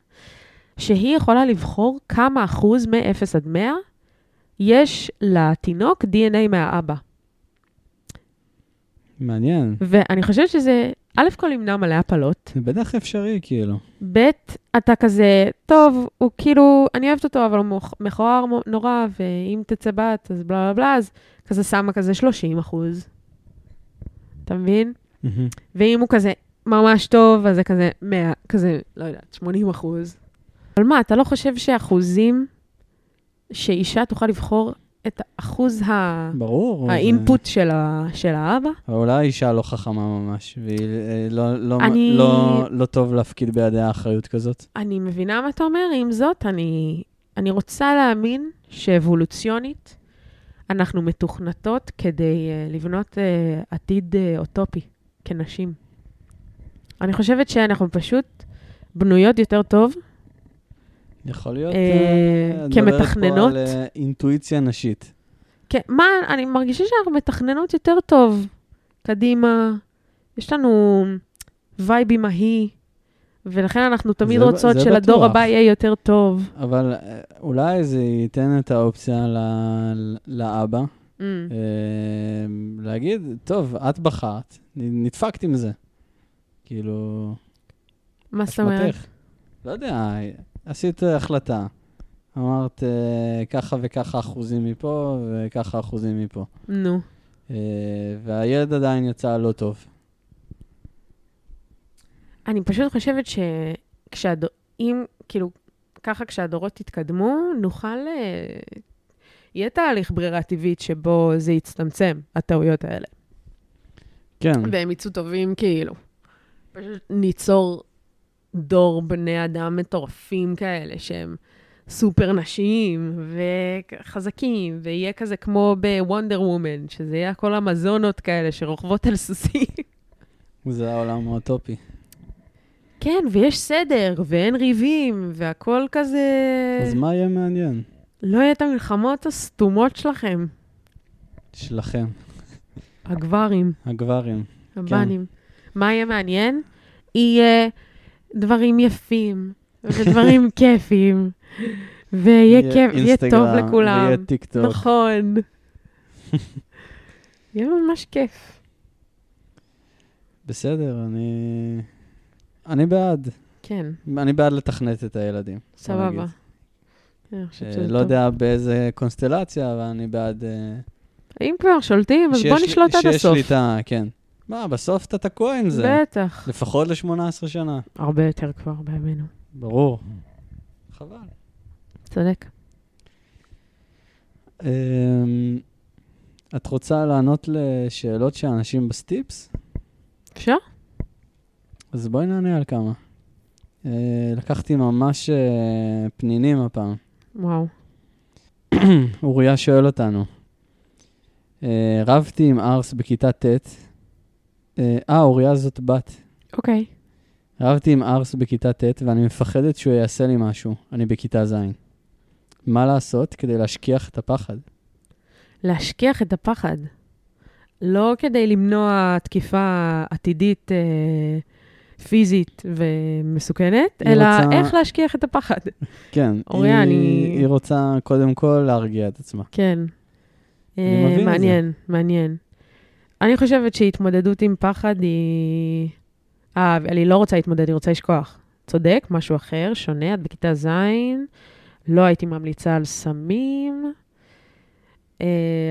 Speaker 2: שהיא יכולה לבחור כמה אחוז מ-0 עד 100 יש לתינוק DNA מהאבא.
Speaker 1: מעניין.
Speaker 2: ואני חושבת שזה, א' כל ימנע מלא הפלות,
Speaker 1: זה בטח אפשרי, כאילו.
Speaker 2: ב', אתה כזה, טוב, הוא כאילו, אני אוהבת אותו, אבל הוא מוכ- מכוער מו- נורא, ואם תצא בת, אז בלה בלה בלה, אז כזה שמה כזה 30 אחוז. אתה מבין?
Speaker 1: מהמם.
Speaker 2: ואם הוא כזה ממש טוב, אז זה כזה 100, כזה, לא יודעת, 80 אחוז. אבל מה, אתה לא חושב שאחוזים, שאישה תוכל לבחור את האחוז ה...
Speaker 1: ברור. זה-
Speaker 2: האינפוט של, ה... של האבא?
Speaker 1: אבל אולי האישה לא חכמה ממש, והיא אה, לא- לא-
Speaker 2: אני-
Speaker 1: לא- לא טוב להפקיד בידיה אחריות כזאת.
Speaker 2: אני מבינה מה אתה אומר, עם זאת, אני, אני רוצה להאמין שאבולוציונית אנחנו מתוכנתות כדי uh, לבנות uh, עתיד uh, אוטופי כנשים. אני חושבת שאנחנו פשוט בנויות יותר טוב.
Speaker 1: יכול להיות...
Speaker 2: אה,
Speaker 1: אה, את מדברת פה
Speaker 2: כמתכננות?
Speaker 1: על אה, אינטואיציה נשית.
Speaker 2: כן, מה, אני מרגישה שאנחנו מתכננות יותר טוב קדימה, יש לנו וייבי מהי, ולכן אנחנו תמיד
Speaker 1: זה ב-
Speaker 2: רוצות
Speaker 1: זה
Speaker 2: שלדור
Speaker 1: בטוח.
Speaker 2: הבא יהיה יותר טוב.
Speaker 1: אבל אה, אולי זה ייתן את האופציה ל- לאבא
Speaker 2: Mm.
Speaker 1: אה, להגיד, טוב, את בחרת, נ- נדפקת עם זה. כאילו,
Speaker 2: מה זאת אומרת?
Speaker 1: אשמתך. לא יודע, עשית החלטה. אמרת אה, ככה וככה אחוזים מפה וככה אחוזים מפה.
Speaker 2: נו.
Speaker 1: אה, והילד עדיין יצא לא טוב.
Speaker 2: אני פשוט חושבת שכשהד... אם, כאילו, ככה כשהדורות יתקדמו, נוכל... אה, יהיה תהליך ברירה טבעית שבו זה יצטמצם, הטעויות האלה.
Speaker 1: כן,
Speaker 2: והם יצאו טובים, כאילו. פשוט ניצור דור בני אדם מטורפים כאלה, שהם סופר נשיים וחזקים, ויהיה כזה כמו בוונדר וומן, שזה יהיה הכל המזונות כאלה שרוכבות על סוסים.
Speaker 1: זה העולם האוטופי.
Speaker 2: כן, ויש סדר, ואין ריבים, והכל כזה...
Speaker 1: אז מה יהיה מעניין?
Speaker 2: לא יהיה את המלחמות הסתומות שלכם,
Speaker 1: שלכם,
Speaker 2: הגברים,
Speaker 1: הגברים.
Speaker 2: הבנים.
Speaker 1: כן.
Speaker 2: מה יהיה מעניין? יהיה דברים יפים, ודברים כיפיים, ויהיה כיף, יהיה טוב
Speaker 1: אינסטגרם,
Speaker 2: לכולם.
Speaker 1: ויהיה טיק טוק.
Speaker 2: נכון. יהיה ממש כיף.
Speaker 1: בסדר, אני... אני בעד.
Speaker 2: כן,
Speaker 1: אני בעד לתכנת את הילדים. בוא
Speaker 2: סבבה. כן,
Speaker 1: נגיד.
Speaker 2: אני חושבת
Speaker 1: אה,
Speaker 2: שזה
Speaker 1: לא
Speaker 2: טוב.
Speaker 1: יודע באיזה קונסטלציה, אבל אני בעד... אה,
Speaker 2: אם כבר שולטים, כן, אז בוא
Speaker 1: שיש לי-
Speaker 2: נשלוט עד
Speaker 1: שיש לי
Speaker 2: הסוף.
Speaker 1: את ה... כן. מה, בסוף אתה תקוע עם זה.
Speaker 2: בטח.
Speaker 1: לפחות ל-18 שנה.
Speaker 2: הרבה יותר כבר בימינו.
Speaker 1: ברור. חבל.
Speaker 2: צודק.
Speaker 1: אמ, את רוצה לענות לשאלות של אנשים בסטיפס?
Speaker 2: אפשר?
Speaker 1: אז בואי נענה על כמה. אה, לקחתי ממש אה, פנינים הפעם.
Speaker 2: וואו.
Speaker 1: אוריה שואל אותנו, אה, רבתי עם ארס בכיתה ט', אה, אה, אוריה זאת בת.
Speaker 2: אוקיי.
Speaker 1: רבתי עם ארס בכיתה ט', ואני מפחדת שהוא יעשה לי משהו. אני בכיתה ז'. מה לעשות כדי להשכיח את הפחד?
Speaker 2: להשכיח את הפחד. לא כדי למנוע תקיפה עתידית אה, פיזית ומסוכנת,
Speaker 1: היא
Speaker 2: אלא
Speaker 1: רוצה-
Speaker 2: איך להשכיח את הפחד.
Speaker 1: כן,
Speaker 2: אוריה,
Speaker 1: היא,
Speaker 2: אני-
Speaker 1: היא רוצה קודם כל להרגיע את עצמה.
Speaker 2: כן.
Speaker 1: אני
Speaker 2: אה,
Speaker 1: מבין את זה.
Speaker 2: מעניין, מעניין. אני חושבת שהתמודדות עם פחד היא... אה, אבל היא לא רוצה להתמודד, היא רוצה לשכוח. צודק, משהו אחר, שונה, את בכיתה ז', לא הייתי ממליצה על סמים. אה,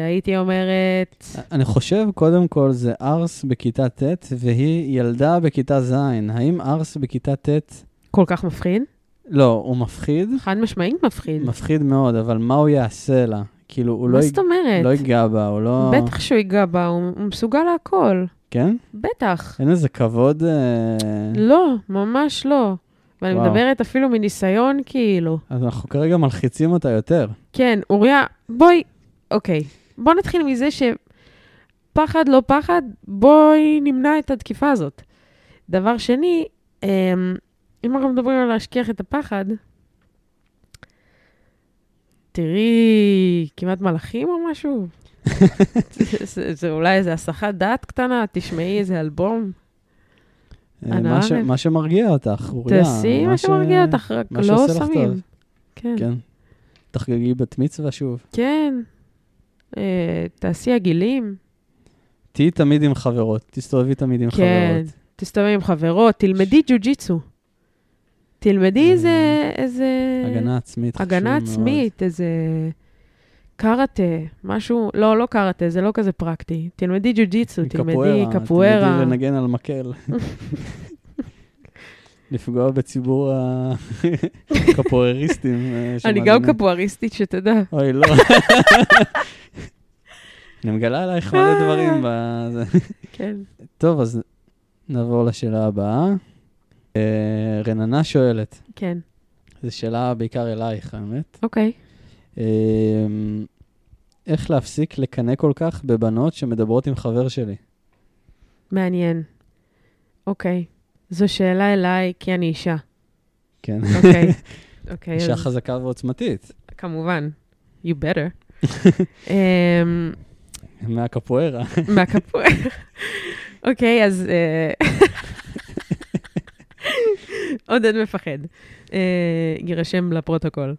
Speaker 2: הייתי אומרת...
Speaker 1: אני חושב, קודם כל, זה ארס בכיתה ט' והיא ילדה בכיתה ז'. האם ארס בכיתה ט',
Speaker 2: כל כך מפחיד?
Speaker 1: לא, הוא מפחיד?
Speaker 2: חד משמעית מפחיד.
Speaker 1: מפחיד מאוד, אבל מה הוא יעשה לה? כאילו, הוא לא,
Speaker 2: מה
Speaker 1: יג-
Speaker 2: זאת אומרת?
Speaker 1: לא ייגע בה, הוא לא...
Speaker 2: בטח שהוא ייגע בה, הוא הוא מסוגל להכל.
Speaker 1: כן?
Speaker 2: בטח.
Speaker 1: אין איזה כבוד... אה,
Speaker 2: לא, ממש לא. ואני
Speaker 1: וואו.
Speaker 2: מדברת אפילו מניסיון, כאילו.
Speaker 1: אז אנחנו כרגע מלחיצים אותה יותר.
Speaker 2: כן, אוריה, בואי, אוקיי. בוא נתחיל מזה שפחד לא פחד, בואי נמנע את התקיפה הזאת. דבר שני, אמ, אם אנחנו מדברים על להשכיח את הפחד, תראי, כמעט מלאכים או משהו? זה, זה, זה אולי איזה הסחת דעת קטנה, תשמעי איזה אלבום,
Speaker 1: אה,
Speaker 2: אנא
Speaker 1: מה, ש...
Speaker 2: ערף.
Speaker 1: מה שמרגיע אותך, אוריה.
Speaker 2: לא תעשי מה
Speaker 1: ש-
Speaker 2: שמרגיע אותך, רק
Speaker 1: מה
Speaker 2: לא
Speaker 1: שעושה לך
Speaker 2: סמים.
Speaker 1: טוב.
Speaker 2: כן.
Speaker 1: כן. תחגגי בת מצווה שוב.
Speaker 2: כן. אה, תעשי עגילים.
Speaker 1: תהיי תמיד עם חברות, תסתובבי תמיד עם
Speaker 2: כן.
Speaker 1: חברות.
Speaker 2: תסתובבי עם חברות, תלמדי ג'ו-ג'יצו. תלמדי איזה... איזה...
Speaker 1: אה, הגנה עצמית חשוב מאוד.
Speaker 2: אה, הגנה עצמית, איזה... קראטה, משהו... לא, לא קראטה, זה לא כזה פרקטי. תלמדי ג'ו-ג'יצו, תלמדי קפוארה.
Speaker 1: תלמדי לנגן על מקל. לפגוע בציבור הקפואריסטים. אה,
Speaker 2: אני
Speaker 1: שמאזינים.
Speaker 2: גם קפואריסטית, שתדע.
Speaker 1: אוי, לא. אני מגלה עלייך מלא דברים בזה.
Speaker 2: כן.
Speaker 1: טוב, אז נעבור לשאלה הבאה. אה, רננה שואלת,
Speaker 2: כן,
Speaker 1: זו שאלה בעיקר אלייך, האמת.
Speaker 2: אוקיי.
Speaker 1: אה, איך להפסיק לקנא כל כך בבנות שמדברות עם חבר שלי?
Speaker 2: מעניין. אוקיי. זו שאלה אליי, כי אני אישה.
Speaker 1: כן.
Speaker 2: אוקיי. אוקיי,
Speaker 1: אישה
Speaker 2: אז-
Speaker 1: חזקה ועוצמתית,
Speaker 2: כמובן. You better. אמ,
Speaker 1: מהקפוארה.
Speaker 2: מהקפואר. אוקיי, אז... אה, עודד מפחד. אה, יירשם לפרוטוקול.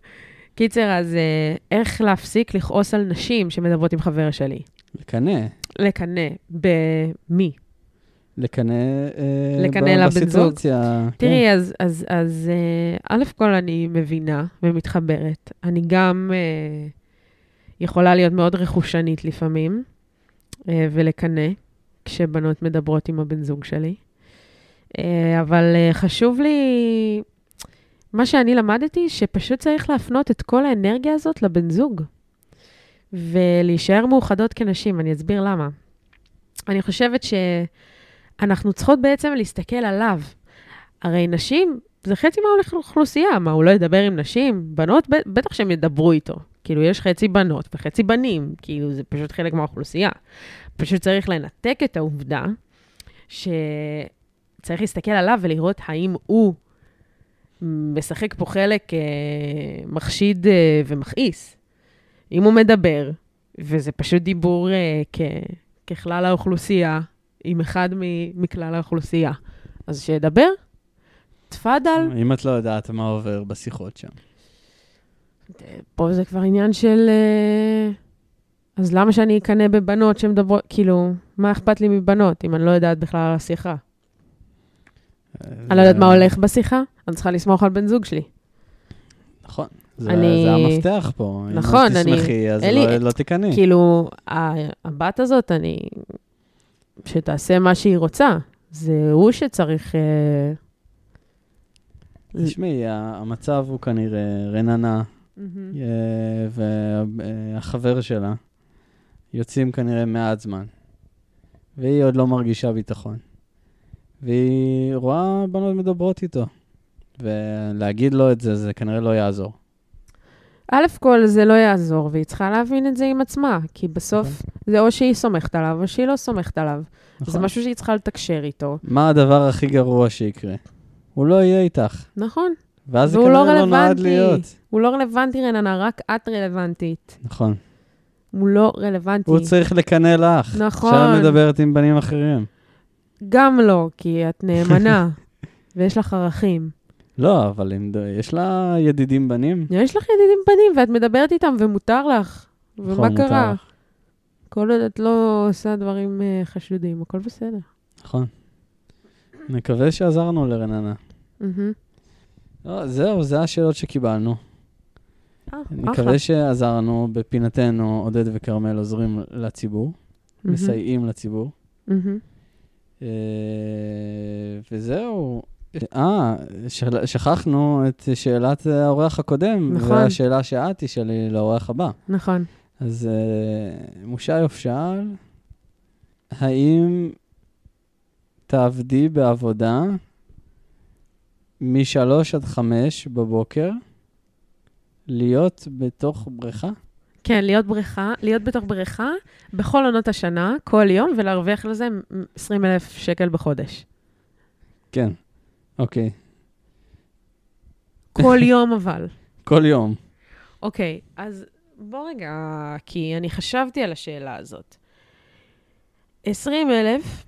Speaker 2: קיצר, אז אה, איך להפסיק לכעוס על נשים שמדברות עם חבר שלי?
Speaker 1: לקנא.
Speaker 2: לקנא. במי?
Speaker 1: לקנא אה,
Speaker 2: לקנא
Speaker 1: ב-
Speaker 2: לבן זוג.
Speaker 1: בסיטואציה. כן.
Speaker 2: תראי, אז, אז, אז אה, א' כל אני מבינה ומתחברת. אני גם אה, יכולה להיות מאוד רכושנית לפעמים, אה, ולקנא כשבנות מדברות עם הבן זוג שלי. אה, אבל אה, חשוב לי, מה שאני למדתי, שפשוט צריך להפנות את כל האנרגיה הזאת לבן זוג, ולהישאר מאוחדות כנשים, אני אסביר למה. אני חושבת שאנחנו צריכות בעצם להסתכל עליו. הרי נשים, זה חצי מהאוכלוסייה, מה, הוא לא ידבר עם נשים? בנות, ב- בטח שהם ידברו איתו. כאילו, יש חצי בנות וחצי בנים, כאילו, זה פשוט חלק מהאוכלוסייה. פשוט צריך לנתק את העובדה שצריך להסתכל עליו ולראות האם הוא משחק פה חלק אה, מחשיד אה, ומכעיס. אם הוא מדבר, וזה פשוט דיבור אה, כ- ככלל האוכלוסייה, עם אחד מ- מכלל האוכלוסייה, אז שידבר. תפאדל.
Speaker 1: אם את לא יודעת מה עובר בשיחות שם.
Speaker 2: פה זה כבר עניין של... אה, אז למה שאני אקנא בבנות שמדברות, כאילו, מה אכפת לי מבנות, אם אני לא יודעת בכלל על השיחה? אני לא יודעת
Speaker 1: אה,
Speaker 2: מה הולך בשיחה, אני צריכה לסמוך על בן זוג שלי.
Speaker 1: נכון. זה
Speaker 2: אני-
Speaker 1: זה המפתח פה.
Speaker 2: נכון,
Speaker 1: אם
Speaker 2: אני-
Speaker 1: את תשמחי, אז
Speaker 2: אלי-
Speaker 1: לא- לא תקנאי.
Speaker 2: כאילו, ה- הבת הזאת, אני... שתעשה מה שהיא רוצה. זה הוא שצריך... אה,
Speaker 1: תשמעי, ה- המצב הוא כנראה רננה
Speaker 2: מהמם.
Speaker 1: אה, והחבר שלה יוצאים כנראה מעט זמן, והיא עוד לא מרגישה ביטחון. והיא רואה בנות מדברות איתו, ולהגיד לו את זה, זה כנראה לא יעזור.
Speaker 2: א' כל זה לא יעזור, והיא צריכה להבין את זה עם עצמה, כי בסוף זה או שהיא סומכת עליו או שהיא לא סומכת עליו. זה
Speaker 1: נכון?
Speaker 2: משהו שהיא צריכה לתקשר איתו,
Speaker 1: מה הדבר הכי גרוע שיקרה? הוא לא יהיה איתך,
Speaker 2: נכון?
Speaker 1: ואז זה
Speaker 2: והוא לא
Speaker 1: כנראה לא נועד
Speaker 2: רלוונטי.
Speaker 1: להיות.
Speaker 2: הוא לא רלוונטי, רננה, רק את רלוונטית.
Speaker 1: נכון.
Speaker 2: הוא לא רלוונטי.
Speaker 1: הוא צריך לקנא לך.
Speaker 2: נכון.
Speaker 1: שאת מדברת עם בנים אחרים.
Speaker 2: גם לא, כי את נאמנה, ויש לך ערכים.
Speaker 1: לא, אבל אם ד- יש לה ידידים בנים.
Speaker 2: יש לך ידידים בנים, ואת מדברת איתם, ומותר לך.
Speaker 1: נכון,
Speaker 2: ומה
Speaker 1: מותר
Speaker 2: קרה?
Speaker 1: לך.
Speaker 2: כל עוד את לא עושה דברים אה, חשודים, הכל בסדר.
Speaker 1: נכון. נקווה שעזרנו לרננה.
Speaker 2: מהמם.
Speaker 1: לא, זהו, זה השאלות שקיבלנו.
Speaker 2: אה, אחלה.
Speaker 1: נקווה שעזרנו בפינתנו, עודד וכרמל עוזרים לציבור,
Speaker 2: מהמם.
Speaker 1: מסייעים לציבור.
Speaker 2: מהמם.
Speaker 1: אה, וזהו. אה, של- שכחנו את שאלת האורח הקודם,
Speaker 2: נכון.
Speaker 1: והשאלה שאת תשאלי לאורח הבא.
Speaker 2: נכון.
Speaker 1: אז אה, מושיוף שאל, האם תעבדי בעבודה משלוש עד חמש בבוקר להיות בתוך בריכה?
Speaker 2: כן, להיות בריכה, להיות בתוך בריכה בכל עונות השנה, כל יום, ולהרוויח לזה 20 אלף שקל בחודש.
Speaker 1: כן, אוקיי.
Speaker 2: כל יום אבל.
Speaker 1: כל יום.
Speaker 2: אוקיי, אז בוא רגע, כי אני חשבתי על השאלה הזאת. 20 אלף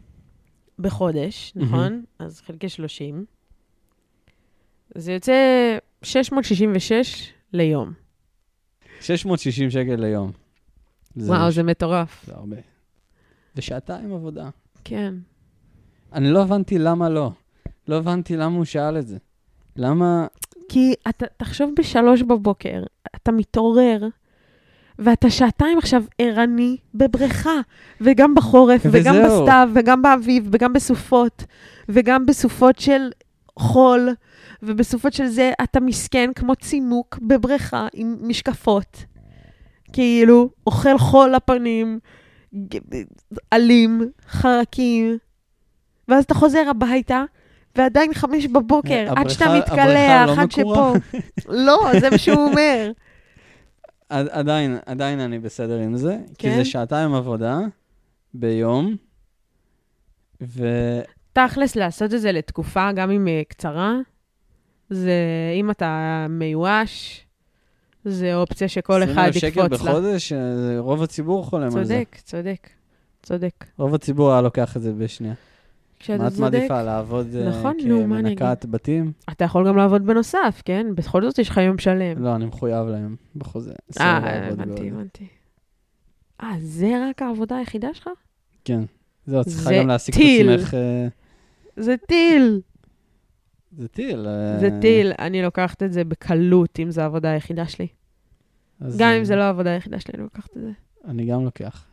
Speaker 2: בחודש, נכון? אז חלקי 30. זה יוצא 666 ליום.
Speaker 1: 660 שקל ליום. זה לא.
Speaker 2: וואו, זה מטורף.
Speaker 1: זה הרבה. ושעתיים עבודה.
Speaker 2: כן.
Speaker 1: אני לא הבנתי למה לא. לא הבנתי למה הוא שאל את זה. למה...
Speaker 2: כי אתה, תחשוב בשלוש בבוקר, אתה מתעורר, ואתה שעתיים עכשיו ערני בבריכה, וגם בחורף, וגם
Speaker 1: וזהו.
Speaker 2: בסתיו, וגם באביב, וגם בסופות, וגם בסופות של חול, ובסופות של זה אתה מסכן כמו צימוק בבריכה עם משקפות. כאילו, אוכל חול לפנים, ג- עלים, חרקים, ואז אתה חוזר הביתה, ועדיין חמש בבוקר, עד שאתה
Speaker 1: הבריכה- הבריכה
Speaker 2: מתקלח,
Speaker 1: לא
Speaker 2: עד שפה.
Speaker 1: מקורה.
Speaker 2: לא, זה מה שהוא אומר.
Speaker 1: עד- עדיין, עדיין אני בסדר עם זה, כי
Speaker 2: כן?
Speaker 1: זה שעתיים עבודה ביום, ו-
Speaker 2: תכלס, לעשות את זה לתקופה, גם אם אה, קצרה, זה אם אתה מיואש, זה אופציה שכל
Speaker 1: 20,000
Speaker 2: אחד
Speaker 1: שקל
Speaker 2: יקפוץ לה.
Speaker 1: בחודש, אה, רוב הציבור חולם על זה.
Speaker 2: צודק, צודק, צודק.
Speaker 1: רוב הציבור היה לוקח את זה בשנייה.
Speaker 2: כשאתה
Speaker 1: מה את
Speaker 2: צודק,
Speaker 1: מעדיפה, לעבוד אה,
Speaker 2: נכון, נו, מה אני
Speaker 1: כמנקת בתים?
Speaker 2: אתה יכול גם לעבוד בנוסף, כן? בכל זאת יש לך יום שלם.
Speaker 1: לא, אני מחויב להם בחוזה. אסור
Speaker 2: כן. אה,
Speaker 1: לעבוד
Speaker 2: הבנתי,
Speaker 1: בעוד.
Speaker 2: הבנתי. אה, זה רק העבודה היחידה שלך?
Speaker 1: כן. זהו, את צריכה
Speaker 2: זה
Speaker 1: גם להעסיק את
Speaker 2: טיל.
Speaker 1: עצמך. אה,
Speaker 2: זה טיל.
Speaker 1: זה טיל. אה,
Speaker 2: זה טיל. אני לוקחת את זה בקלות, אם זו העבודה היחידה שלי.
Speaker 1: אז,
Speaker 2: גם
Speaker 1: אה,
Speaker 2: אם זה לא העבודה היחידה שלי, אני לוקחת את זה.
Speaker 1: אני גם לוקח.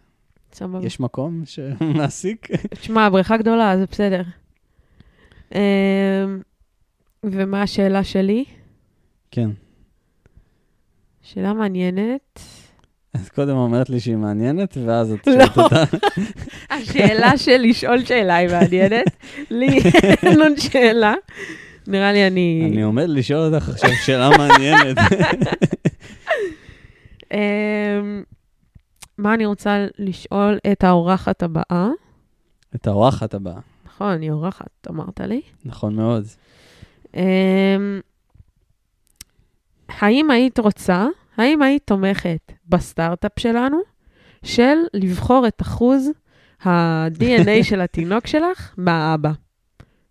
Speaker 2: סבבה.
Speaker 1: יש מקום שמעסיק?
Speaker 2: תשמע, בריכה גדולה, זה בסדר. אמ, ומה השאלה שלי?
Speaker 1: כן.
Speaker 2: שאלה מעניינת.
Speaker 1: אז קודם אומרת לי שהיא מעניינת, ואז את
Speaker 2: לא.
Speaker 1: שואלת אותה.
Speaker 2: השאלה של לשאול שאלה היא מעניינת. לי אין עוד שאלה. נראה לי אני...
Speaker 1: אני עומד לשאול אותך עכשיו שאלה מעניינת.
Speaker 2: אמ, מה אני רוצה לשאול את האורחת הבאה?
Speaker 1: את האורחת הבאה.
Speaker 2: נכון, היא אורחת, אמרת לי.
Speaker 1: נכון מאוד.
Speaker 2: אמ, האם היית רוצה, האם היית תומכת בסטארט-אפ שלנו, של לבחור את אחוז ה-DNA של התינוק שלך מהאבא?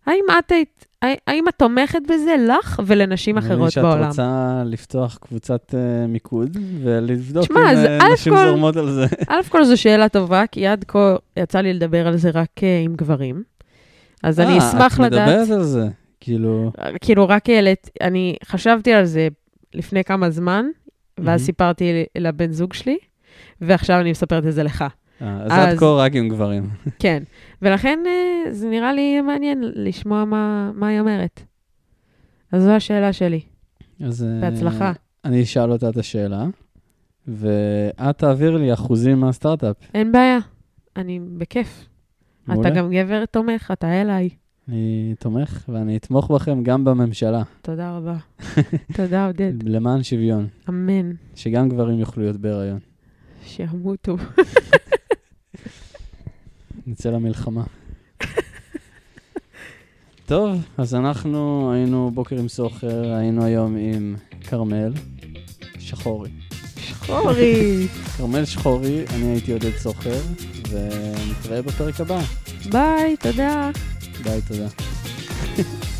Speaker 2: האם את היית, הא- האם את תומכת בזה לך ולנשים
Speaker 1: אני מבין
Speaker 2: אחרות
Speaker 1: שאת
Speaker 2: בעולם?
Speaker 1: רוצה לפתוח קבוצת אה, מיקוד ולבדוק
Speaker 2: תשמע,
Speaker 1: אם
Speaker 2: אז
Speaker 1: אה,
Speaker 2: א'
Speaker 1: נשים
Speaker 2: כל-
Speaker 1: זורמות על זה.
Speaker 2: אלף כל זו שאלה טובה, כי עד כה יצא לי לדבר על זה רק אה, עם גברים. אז אני אשמח לדעת...
Speaker 1: אה, את מדברת על זה. כאילו,
Speaker 2: כאילו, רק העלית, אני חשבתי על זה לפני כמה זמן, ואז
Speaker 1: מהמם.
Speaker 2: סיפרתי לבן זוג שלי, ועכשיו אני מספרת את זה לך.
Speaker 1: אה, אז עד
Speaker 2: אז-
Speaker 1: כה רק עם גברים.
Speaker 2: כן. ולכן אה, זה נראה לי מעניין לשמוע מה, מה היא אומרת. אז זו השאלה שלי.
Speaker 1: אז, אה,
Speaker 2: בהצלחה.
Speaker 1: אני אשאל אותה את השאלה, ואת תעביר לי אחוזים מהסטארט-אפ.
Speaker 2: אין בעיה. אני בכיף.
Speaker 1: מעולה.
Speaker 2: אתה גם גבר תומך, אתה אליי.
Speaker 1: אני תומך, ואני אתמוך בכם גם בממשלה,
Speaker 2: תודה רבה. תודה, עודד.
Speaker 1: למען שוויון,
Speaker 2: אמן.
Speaker 1: שגם גברים יוכלו להיות בהיריון.
Speaker 2: שימותו.
Speaker 1: נצא למלחמה. טוב, אז אנחנו היינו בוקר עם סוחר, היינו היום עם כרמל שחורי.
Speaker 2: שחורי.
Speaker 1: כרמל שחורי, אני הייתי עודד סוחר, ונתראה בפרק הבא.
Speaker 2: ביי, תודה.
Speaker 1: ביי, תודה.